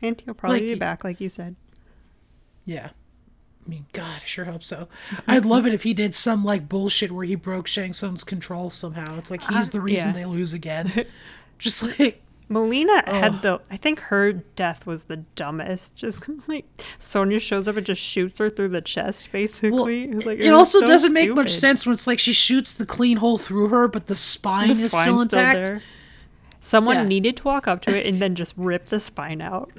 and he'll probably like- be back, like you said. Yeah. I mean, God, I sure hope <laughs> so. I'd love it if he did some like bullshit where he broke Shang Tsung's control somehow. It's like he's the reason Uh, yeah. they lose <laughs> again. Just like Melina had the. I think her death was the dumbest. Just 'cause, like Sonya shows up and just shoots her through the chest, well, basically. it, was like, it was also so doesn't make much stupid. sense when it's like she shoots the clean hole through her, but the spine The is still spine's intact. Someone Yeah. needed to walk up to it and then just rip the spine out.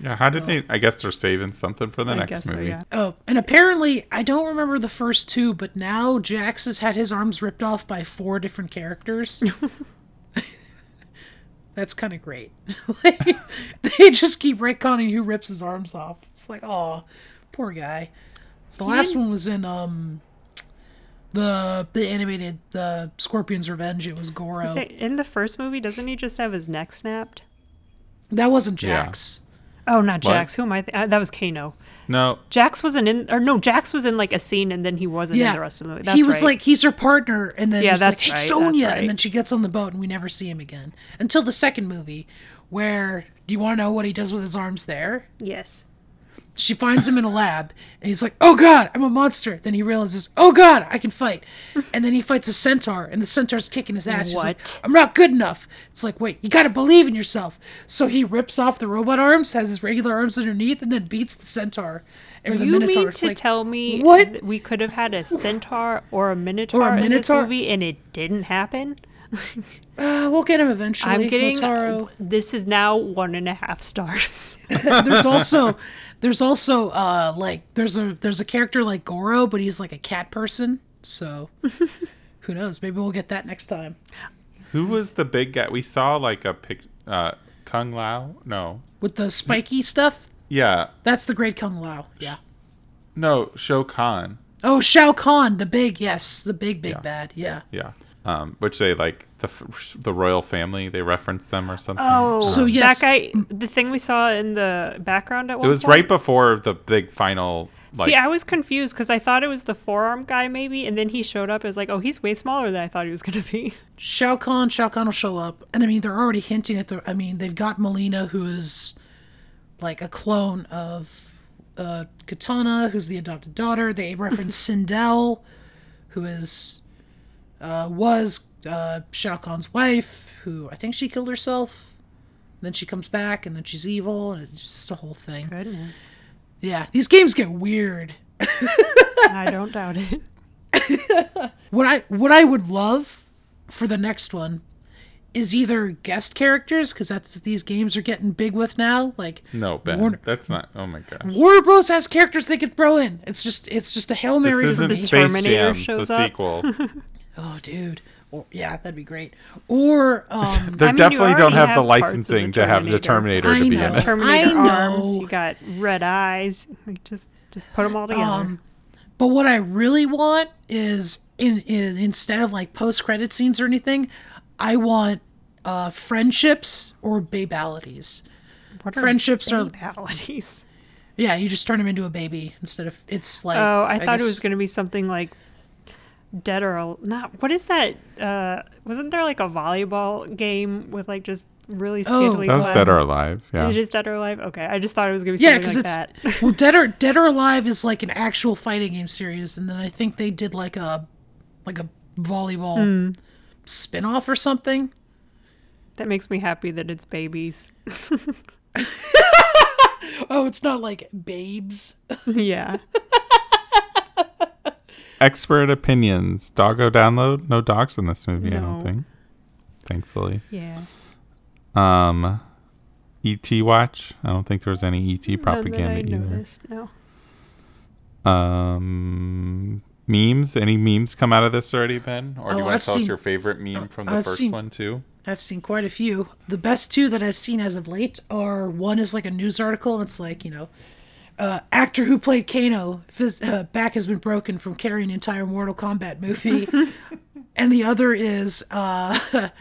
Yeah, how did they? I guess they're saving something for the <laughs> Oh. I next guess so, movie. yeah. Oh, and apparently I don't remember the first two, but now Jax has had his arms ripped off by four different characters. That's kind of great. <laughs> like, they just keep retconning who rips his arms off. It's like, oh, poor guy. So the last one was in um the the animated the Scorpion's Revenge. It was Goro. Say, In the first movie, doesn't he just have his neck snapped? that wasn't Yeah. Jax. Oh, not Jax. Who am I? Th- uh, that was Kano. No, Jax wasn't in, or no, Jax was in like a scene and then he wasn't yeah, in the rest of the movie. That's he was right. like he's her partner, and then Yeah, he's that's like, "Hey, right, that's Sonya," right. and then she gets on the boat, and we never see him again until the second movie, where do you want to know what he does with his arms there? yes. She finds him in a lab, and he's like, "Oh God, I'm a monster." Then he realizes, "Oh God, I can <laughs> fight," and then he fights a centaur, and the centaur's kicking his ass. He's like, What? I'm not good enough. It's like, wait, you gotta believe in yourself. So he rips off the robot arms, has his regular arms underneath, and then beats the centaur or the You minotaur. mean It's to like, tell me what? th- we could have had a centaur or a minotaur, in this minotaur? movie and it didn't happen? "Uh, we'll get him eventually. I'm getting Lautaro." this is now one and a half stars. <laughs> <laughs> there's also there's also uh like there's a there's a character like Goro, but he's like a cat person. So who knows? Maybe we'll get that next time. who was the big guy we saw? Like a pic, uh, Kung Lao? No, With the spiky stuff, yeah, that's the Great Kung Lao. Yeah. no, Shao Kahn. Oh, Shao Kahn, the big yes, the big big Yeah. bad. Yeah. Yeah, um, which they like the f- the royal family. They referenced them or something. Oh, So, yes. that guy, the thing we saw in the background at one it was point? right before the big final. Like, See, I was confused because I thought it was the forearm guy maybe, and then he showed up. It was like, oh, he's way smaller than I thought he was gonna <laughs> be. Shao Kahn, Shao Kahn will show up, and I mean they're already hinting at the. I mean they've got Melina, who is like a clone of uh, Katana, who's the adopted daughter. They reference Sindel, who is uh, was uh, Shao Kahn's wife, who I think she killed herself. Then she comes back, and then she's evil, and it's just a whole thing. Goodness, Yeah, these games get weird. I don't <laughs> doubt it. What I what I would love for the next one is either guest characters because that's what these games are getting big with now. Like no, Ben, Warner- that's not. Oh my gosh. Warner Bros has characters they could throw in. It's just it's just a hail mary This for isn't me. Space Terminator Jam, the shows up. <laughs> sequel. oh, dude. Or, yeah, that'd be great. <laughs> Or um, They I mean, you definitely don't have, already the have parts of the licensing to have the Terminator. Terminator to be I know. in it. Terminator I arms. know. You got red eyes. Like just, just put them all together. Um, but what I really want is in, in instead of like post credit scenes or anything, I want uh, friendships or babalities. what are friendships are- <laughs> fatalities? Yeah, you just turn him into a baby instead of it's like. Oh, I, thought it was guess- gonna be something like dead or Al- not. What is that? Uh, wasn't there like a volleyball game with like just really Oh, scantily? <laughs> That was clad- Dead or Alive. Yeah. It is dead or alive. Okay, I just thought it was gonna be Yeah, something because like that. it's <laughs> well, Dead or Dead or Alive is like an actual fighting game series, and then I think they did like a like a volleyball Hmm. spin-off or something. That makes me happy that <laughs> it's babies. Oh, it's not like Babes. yeah. Expert opinions. Doggo download. No dogs in this movie. I don't No. think. Thankfully. Yeah. Um, ET watch. I don't think there was any ET propaganda None that I either. noticed. No. Um, memes. Any memes come out of this already, Ben? Or do Oh, you want I've to tell seen- oh, us your favorite meme from the I've first seen- one too? I've seen quite a few. The best two that I've seen as of late are one is like a news article, and it's like you know, uh, actor who played Kano phys- uh, back has been broken from carrying an entire Mortal Kombat movie, and the other is uh,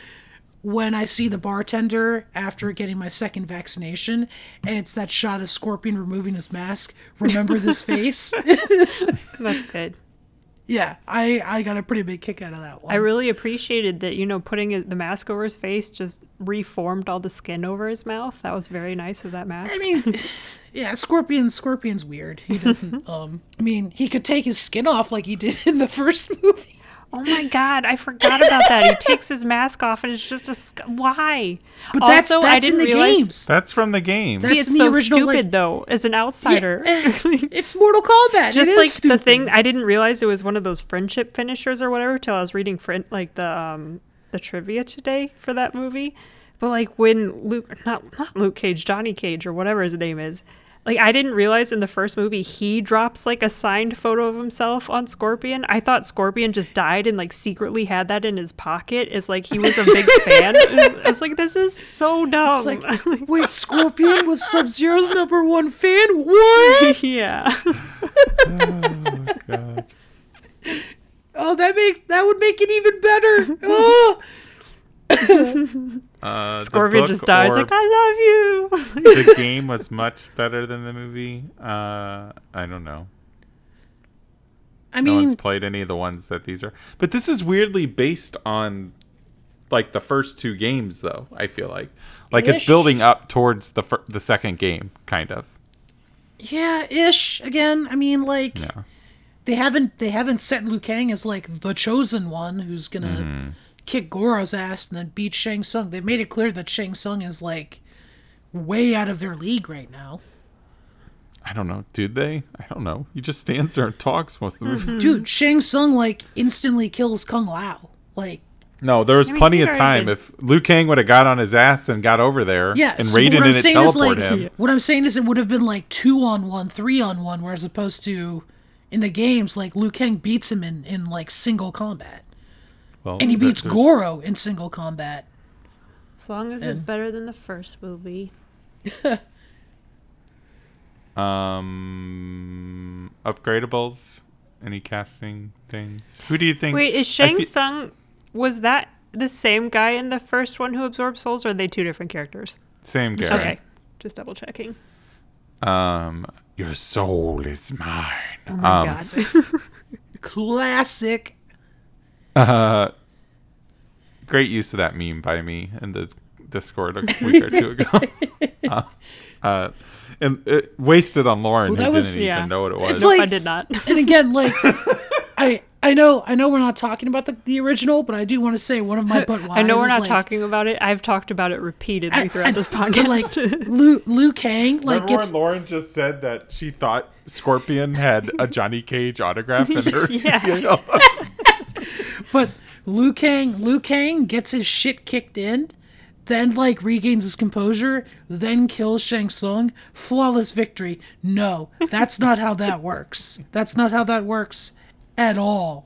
<laughs> when I see the bartender after getting my second vaccination, and it's that shot of Scorpion removing his mask. Remember this face? <laughs> That's good. yeah, I I got a pretty big kick out of that one. I really appreciated that, you know, putting it- the mask over his face just reformed all the skin over his mouth. That was very nice of that mask. I mean, <sighs> yeah, Scorpion. Scorpion's weird. He <laughs> doesn't. um, I mean, he could take his skin off like he did in the first movie. Oh my God, I forgot about that. He takes his mask off and it's just a. Sc- Why? But that's also, that's I didn't in the realize. games. That's from the game. See, That's it's in the so original, stupid, like- though, as an outsider. eh, It's Mortal Kombat. just It is like stupid. the thing i didn't realize it was one of those friendship finishers or whatever till i was reading friend like the um the trivia today for that movie but like when luke not not luke cage johnny cage or whatever his name is like i didn't realize in the first movie he drops like a signed photo of himself on scorpion i thought scorpion just died and like secretly had that in his pocket is like he was a <laughs> big fan i was like this is so dumb <laughs> It's like, <laughs> wait, Scorpion was Sub Zero's number one fan. <laughs> What? <laughs> yeah God. <laughs> Oh, that makes that would make it even better. Oh. Uh, the Scorpion book just dies. or Like <laughs> I love <laughs> you. the game was much better than the movie. Uh, I don't know. I no mean, one's played any of the ones that these are. But this is weirdly based on like the first two games, though. I feel like like it's Ish. building up towards the fir- the second game, kind of. yeah, ish. Again, I mean, like Yeah. they haven't they haven't set Liu Kang as like the chosen one who's gonna Mm-hmm. kick Goro's ass and then beat Shang Tsung. They've made it clear that Shang Tsung is like way out of their league right now. I don't know. Did they? I don't know. He just stands there and talks most of the Mm-hmm. movie. Dude, Shang Tsung like instantly kills Kung Lao. Like No, there was mean, plenty he of already time. did. If Liu Kang would have got on his ass and got over there, yeah, and so Raiden what I'm and it saying is, teleport like, him. What I'm saying is it would have been like two on one, three on one, whereas opposed to in the games, like Liu Kang beats him in, in like single combat. Well, And he that- beats there's- Goro in single combat. As long as it's better than the first movie. Um, upgradables. Any casting things? Who do you think? Wait, is I Shang fe- Tsung was that the same guy in the first one who absorbed souls, or are they two different characters? same guy? Same. Okay. Just double checking. Um, your soul is mine. Oh my um, god. Classic. Uh, great use of that meme by me in the Discord a week or two ago. <laughs> Uh, uh, and it wasted on Lauren, Well, that who was- didn't yeah. even know what it was. It's Nope, <laughs> I like- did <laughs> not. And again, like I I know I know we're not talking about the, the original, but I do want to say one of my butt <laughs> I know we're whys is, not like- talking about it. I've talked about it repeatedly I- throughout I- <laughs> this <laughs> but, podcast. Like Liu, Liu Kang like gets Lauren just said that she thought Scorpion had a Johnny Cage autograph <laughs> in her? <laughs> Yeah. But Liu Kang, Liu Kang gets his shit kicked in, then like regains his composure, then kills Shang Tsung. Flawless victory. No, that's not how that works. That's not how that works at all.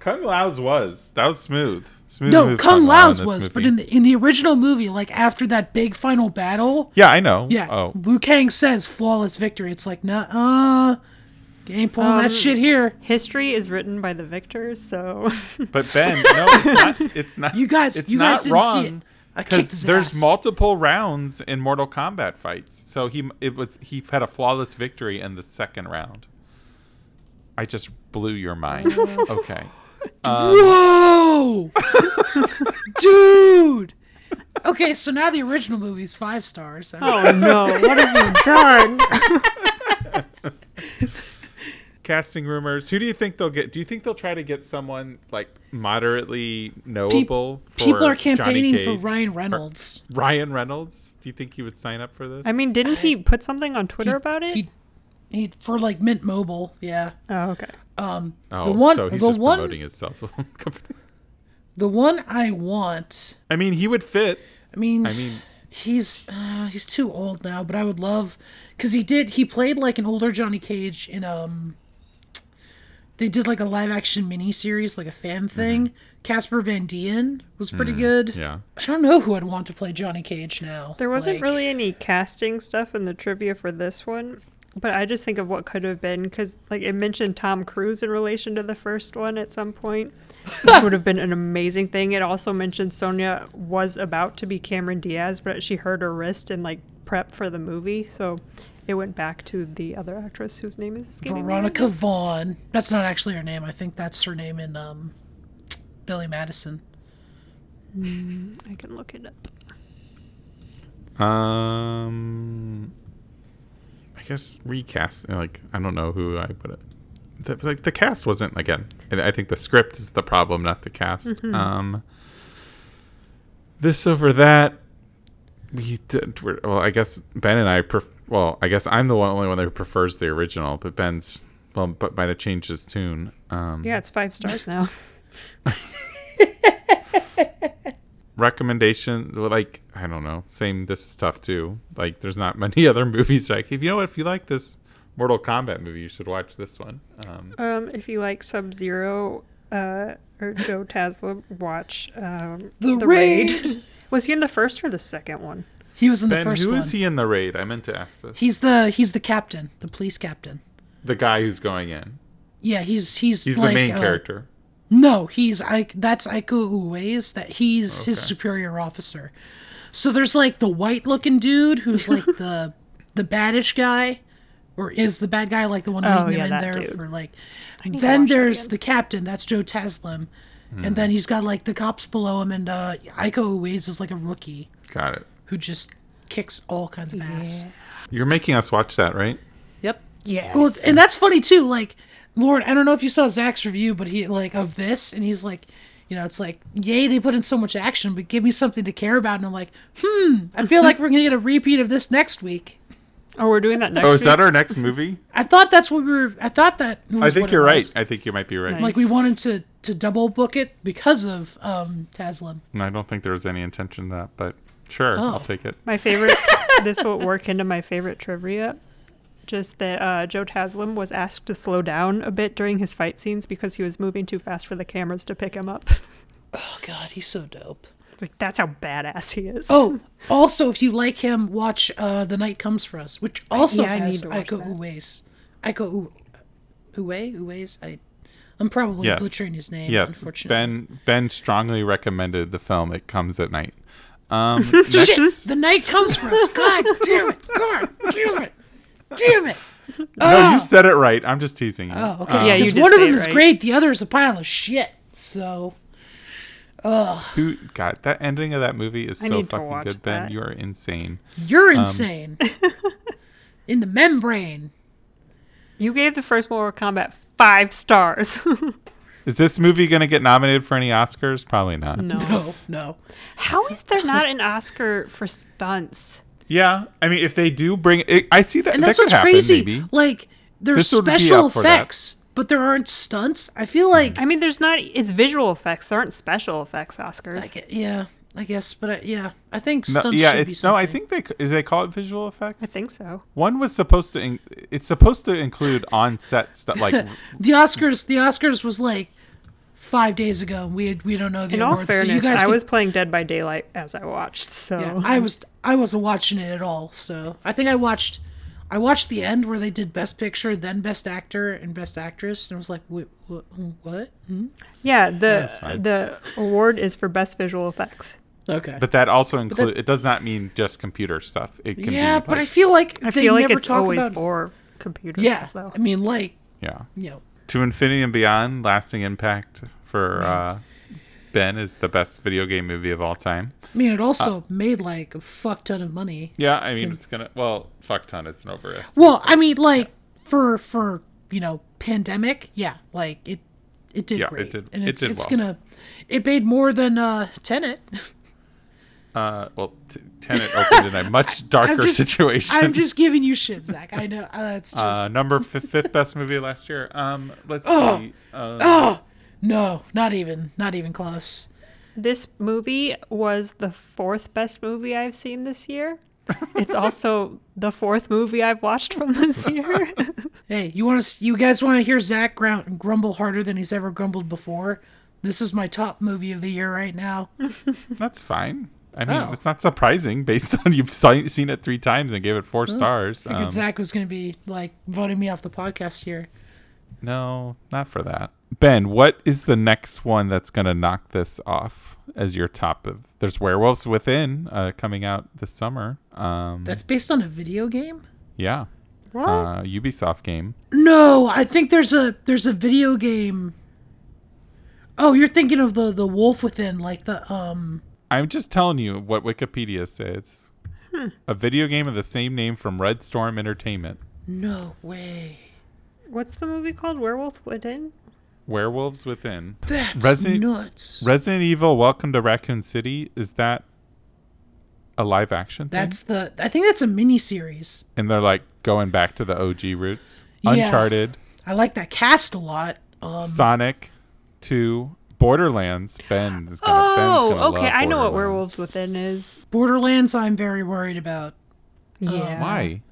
Kung Lao's was. That was smooth. Smooth No, move, Kung Lao in Lao's this was, but movie. in the in the original movie, like after that big final battle, Yeah, I know. yeah, Oh. Liu Kang says flawless victory. It's like, nah, uh, ain't pulling Um, that shit here. History is written by the victors, so But Ben, no, it's not. It's not. <laughs> You guys- it's you not guys didn't see wrong it. I kicked because his there's ass. multiple rounds in Mortal Kombat fights. So he it was he had a flawless victory in the second round. I just blew your mind. okay. <laughs> Whoa, dude. Okay, so now the original movie's five stars. I don't- oh no, what have you done? Casting rumors. Who do you think they'll get? Do you think they'll try to get someone like moderately knowable? People for are campaigning Johnny for Cage? Ryan Reynolds. Ryan Reynolds. Do you think he would sign up for this? I mean, didn't he put something on Twitter about it? He, he for like Mint Mobile. Yeah. oh, okay. Um. oh, the one. so he's the just one. promoting himself. <laughs> Company. The one I want. I mean, he would fit. I mean. I mean, he's uh, he's too old now, but I would love because he did he played like an older Johnny Cage in um. They did like a live action mini series, like a fan thing. Casper Van Dien was pretty good. Mm-hmm. yeah. I don't know who I'd want to play Johnny Cage now. There wasn't Like, really any casting stuff in the trivia for this one, but I just think of what could have been because, like, it mentioned Tom Cruise in relation to the first one at some point, which would have been an amazing thing. It also mentioned Sonia was about to be Cameron Diaz, but she hurt her wrist and like prep for the movie, so it went back to the other actress whose name is escaping me right Veronica now. Vaughn. That's not actually her name. I think that's her name in um, Billy Madison. I can look it up. Um, I guess recast. Like I don't know who I put it. The, like the cast wasn't again. I I think the script is the problem, not the cast. Um, this over that. We did. We're, well, I guess Ben and I. Pref- well, I guess I'm the one, only one that prefers the original, but Ben's well, but might have changed his tune. Um, Yeah, it's five <laughs> stars now. recommendation well, like i don't know same this is tough too like there's not <laughs> many other movies like if you know what if you like this mortal kombat movie you should watch this one um Oh, Um, if you like Sub Zero uh, or Joe Taslim, watch um, The Was he in the first or the second one? He was in the ben who first is one. he in the raid i meant to ask this He's the he's the captain, the police captain. the guy who's going in Yeah, he's he's he's like, the main uh, character No, he's I. That's Aiko Ue's. That he's his Okay. superior officer. So there's like the white looking dude <laughs> who's like the the baddish guy, or is the bad guy like the one leading Oh, yeah, them in that there dude. for like. need to Then watch that there's again. Hmm. the captain. That's Joe Taslim, and then he's got like the cops below him, and uh, Aiko Ue's is like a rookie Got it. who just kicks all kinds of ass. You're making us watch that, right? Yep. Yes. Well, it's- and that's funny too. Like, Lord, I don't know if you saw Zach's review, but he like of this, and he's like, you know, it's like, yay, they put in so much action, but give me something to care about. And I'm like, hmm, I feel like we're gonna get a repeat of this next week. oh, we're doing that next. Oh, is that week? our next <laughs> movie? I thought that's what we were. I thought that. I was think what it you're right. was. I think you might be right. Nice. Like we wanted to to double book it because of um Taslim. I don't think there was any intention to that, but sure, Oh. I'll take it. my favorite? this will work into my favorite trivia. Just that uh, Joe Taslim was asked to slow down a bit during his fight scenes because he was moving too fast for the cameras to pick him up. <laughs> Oh God, he's so dope. It's like that's how badass he is. Oh, also, if you like him, watch uh, "The Night Comes for Us," which also yeah, I need has to watch Aiko that. Uwais. Aiko U- Uwe Uwais. I, I'm probably Yes. butchering his name. Yes, unfortunately. Ben. Ben strongly recommended the film. It comes at night. Um, Shit! The night comes for us. God damn it! God damn it! Damn it! no, you said it right. I'm just teasing you. Ah! Oh, okay. Yeah, you Because did one of say them it is right. great, the other is a pile of shit. So Who God, that ending of that movie is I so need to fucking watch good, Ben. that. You are insane. you're Um, insane. <laughs> In the membrane. <laughs> You gave the first Mortal Kombat five stars. <laughs> Is this movie gonna get nominated for any Oscars? Probably not. Mm. No, no. How is there not an Oscar for stunts? Yeah, I mean, if they do bring, it, I see that. And that's that could what's happen, crazy. Maybe. Like there's This would be special up for that. effects, but there aren't stunts. I feel like I mean, there's not. It's visual effects. There aren't special effects Oscars. I gue- yeah, I guess, but I, yeah, I think No, stunts yeah, should be it's no. something. I think they c- is they call it visual effects. I think so. One was supposed to. In, it's supposed to include on set stuff <laughs> like. the Oscars. The Oscars was like five days ago, and we had, we don't know the In all awards. so you fairness, guys, I can- was playing Dead by Daylight as I watched, so yeah, I was I wasn't watching it at all. So I think I watched I watched the end where they did Best Picture, then Best Actor, and Best Actress, and I was like, what? what? Hmm? Yeah, fine. the the award is for best visual effects. Okay. But that also that- includes. It does not mean just computer stuff. It can yeah, be. but I like- feel like I they feel like never it's talk always about. for computer yeah, stuff though. I mean, like yeah. you know, To Infinity and Beyond, lasting impact for uh, Ben is the best video game movie of all time. I mean, it also Uh, made like a fuck ton of money. Yeah, I mean it's gonna. Well, fuck ton is an overest. Well, I mean, like for for you know pandemic, yeah, like it it did Yeah, it great, did- and it it's did it's well. gonna it made more than uh Tenet. <laughs> Uh, well, t- Tenet opened in <laughs> a much darker just- situation. I'm just giving you shit, Zach. I know uh, it's just uh, number f- fifth best movie last year. Um, let's see. Uh, no, not even not even close. This movie was the fourth best movie I've seen <laughs> this year. It's also the fourth movie I've watched <laughs> from this year. Hey, you want to you guys want to hear Zach ground, grumble harder than he's ever grumbled before? This is my top movie of the year right now. that's fine. I mean, Oh. it's not surprising based <laughs> on you've si- seen it three times and gave it Oh, four stars. Figured Um, Zach was gonna be like voting me off the podcast here. no, not for that. Ben, what is the next one that's going to knock this off as your top of? There's Werewolves Within uh, coming out this summer. Um, That's based on a video game. yeah, what? uh, Ubisoft game. No, I think there's a there's a video game. Oh, you're thinking of the the Wolf Within, like the um. I'm just telling you what Wikipedia says. Hmm. A video game of the same name from Red Storm Entertainment. No way. What's the movie called? Werewolf Within. Werewolves Within. That's Resident- nuts. Resident Evil Welcome to Raccoon City is that a live action thing? that's the. I think that's a mini series. and they're like going back to the OG roots. Yeah. Uncharted, I like that cast a lot. Um, Sonic 2, Borderlands. Ben is gonna Ben's gonna Oh, okay. love I know what Borderlands. Werewolves Within is. Uh, Borderlands, I'm very worried about. Yeah. Why?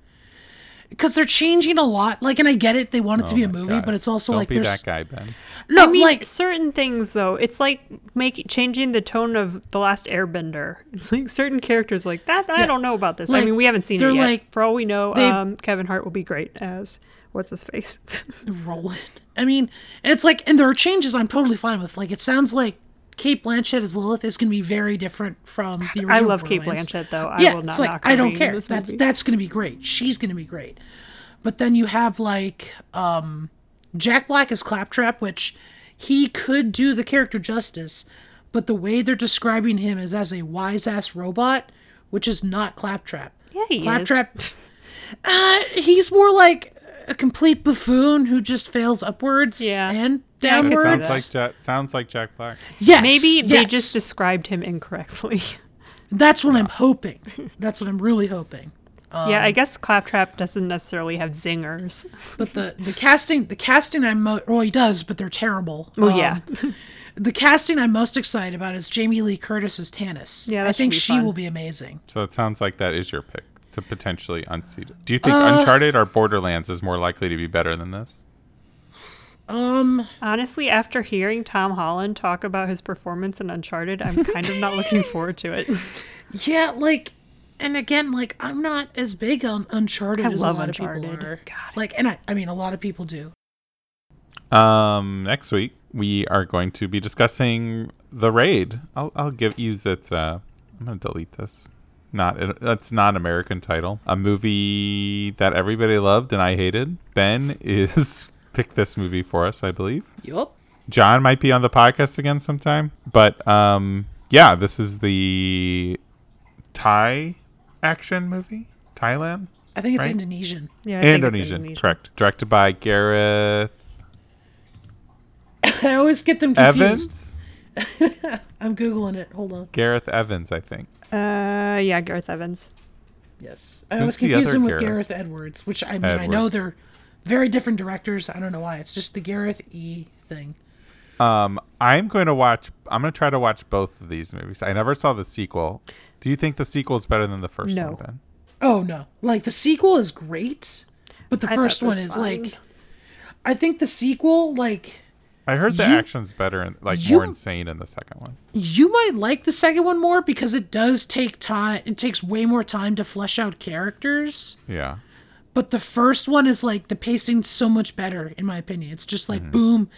because they're changing a lot. Like, and I get it; they want it to Oh be a my movie, God. but it's also Don't like be there's that guy, Ben. no I mean, like certain things though. It's like making changing the tone of the Last Airbender. It's like certain characters like that. I Yeah. don't know about this. Like, I mean, we haven't seen they're it yet. like- For all we know, they've- um, Kevin Hart will be great as what's his face. <laughs> rolling. I mean, and it's like, and there are changes I'm totally fine with. Like, it sounds like Kate Blanchett as Lilith is going to be very different from the original. I love Kate Borderlands. Blanchett though. I yeah, will not it's like knock I her don't being in care. this That's movie. that's going to be great. She's going to be great. But then you have like um, Jack Black as Claptrap, which he could do the character justice, but the way they're describing him is as a wise ass robot, which is not Claptrap. Yeah, he is. Claptrap. <laughs> Uh, he's more like a complete buffoon who just fails upwards Yeah. and Yeah, I could see That Words. sounds downwards. like Jack, sounds like Jack Black. yes, Maybe they yes. just described him incorrectly. <laughs> <laughs> That's what I'm hoping. That's what I'm really hoping. yeah, I guess Claptrap doesn't necessarily have zingers. But the the casting, the casting I'm mo- well, he does, but they're terrible. Oh Um, yeah, the casting I'm most excited about is Jamie Lee Curtis as Tannis. Yeah, that I think should be she fun. will be amazing. So it sounds like that is your pick to potentially unseat it. Do you think Uncharted or Borderlands is more likely to be better than this? Um, Honestly, after hearing Tom Holland talk about his performance in Uncharted, I'm kind of not looking forward to it. <laughs> yeah, like, and again, like I'm not as big on Uncharted I as love a lot of Uncharted. people are. God. Like, and I, I mean, a lot of people do. Um, next week we are going to be discussing the raid. I'll, I'll give use its. Uh, I'm gonna delete this. Not that's not American title. A movie that everybody loved and I hated. Ben is <laughs> picked this movie for us, I believe. Yup. John might be on the podcast again sometime. But um, yeah, this is the Thai action movie. Thailand, I think it's Right? Indonesian. <laughs> Yeah, I think it's Indonesian, correct. Directed by Gareth I always get them confused. Evans. I'm googling it. Hold on. Gareth Evans, I think. Uh, yeah, Gareth Evans. Yes, I Who's always the confuse other him with Gareth? Gareth Edwards, which I mean I know Edwards. they're very different directors. I don't know why. It's just the Gareth E thing. Um, I'm going to watch. I'm going to try to watch both of these movies. I never saw the sequel. Do you think the sequel is better than the first No. one? Ben? Oh no! Like the sequel is great, but the I first thought it one was is fine. like. I think the sequel, like I heard the You- action's better and like you- more insane in the second one. you might like the second one more because it does take time. It takes way more time to flesh out characters. Yeah. But the first one is like the pacing's so much better, in my opinion. It's just like boom,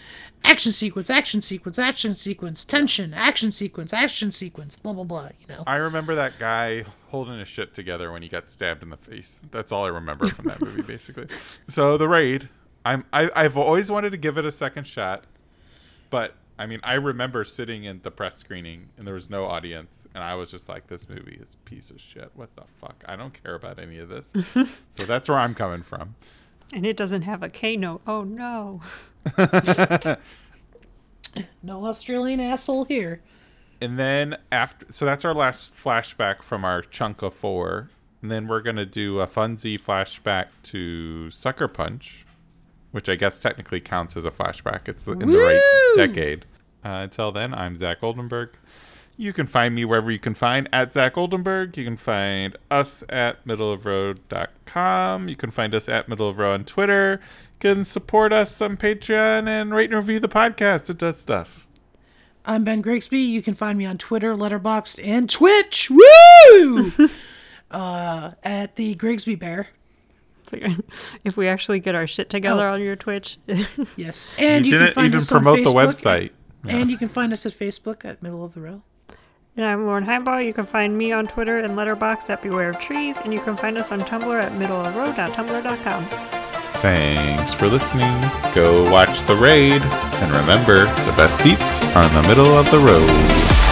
action sequence, action sequence, action sequence, tension, action sequence, action sequence, blah blah blah. You know, I remember that guy holding his shit together when he got stabbed in the face. That's all I remember from that movie, basically. So the raid, I'm I, I've always wanted to give it a second shot, but I mean, I remember sitting in the press screening and there was no audience, and I was just like, "This movie is a piece of shit. What the fuck? I don't care about any of this." so that's where I'm coming from. And it doesn't have a K note. Oh no. <laughs> no Australian asshole here. And then after, so that's our last flashback from our chunk of four. And then we're gonna do a funsy flashback to Sucker Punch, which I guess technically counts as a flashback. It's in the right Woo! decade. Uh, until then, I'm Zach Oldenburg. You can find me wherever you can find at Zach Oldenburg. You can find us at middleofroad.com. You can find us at middle of row on Twitter. You can support us on Patreon and rate and review the podcast. It does stuff. I'm Ben Grigsby. You can find me on Twitter, Letterboxd, and Twitch. Woo! <laughs> uh, at the Grigsby Bear. It's like, <laughs> if we actually get our shit together on your Twitch, <laughs> Yes, and you, can didn't find even us promote on the Facebook, website. And you can find us at Facebook at Middle of the Row. And I'm Lauren Heimball. You can find me on Twitter and Letterboxd at Beware of Trees, and you can find us on Tumblr at middleofroad.tumblr.com. Thanks for listening. Go watch The Raid. And remember, the best seats are in the middle of the road.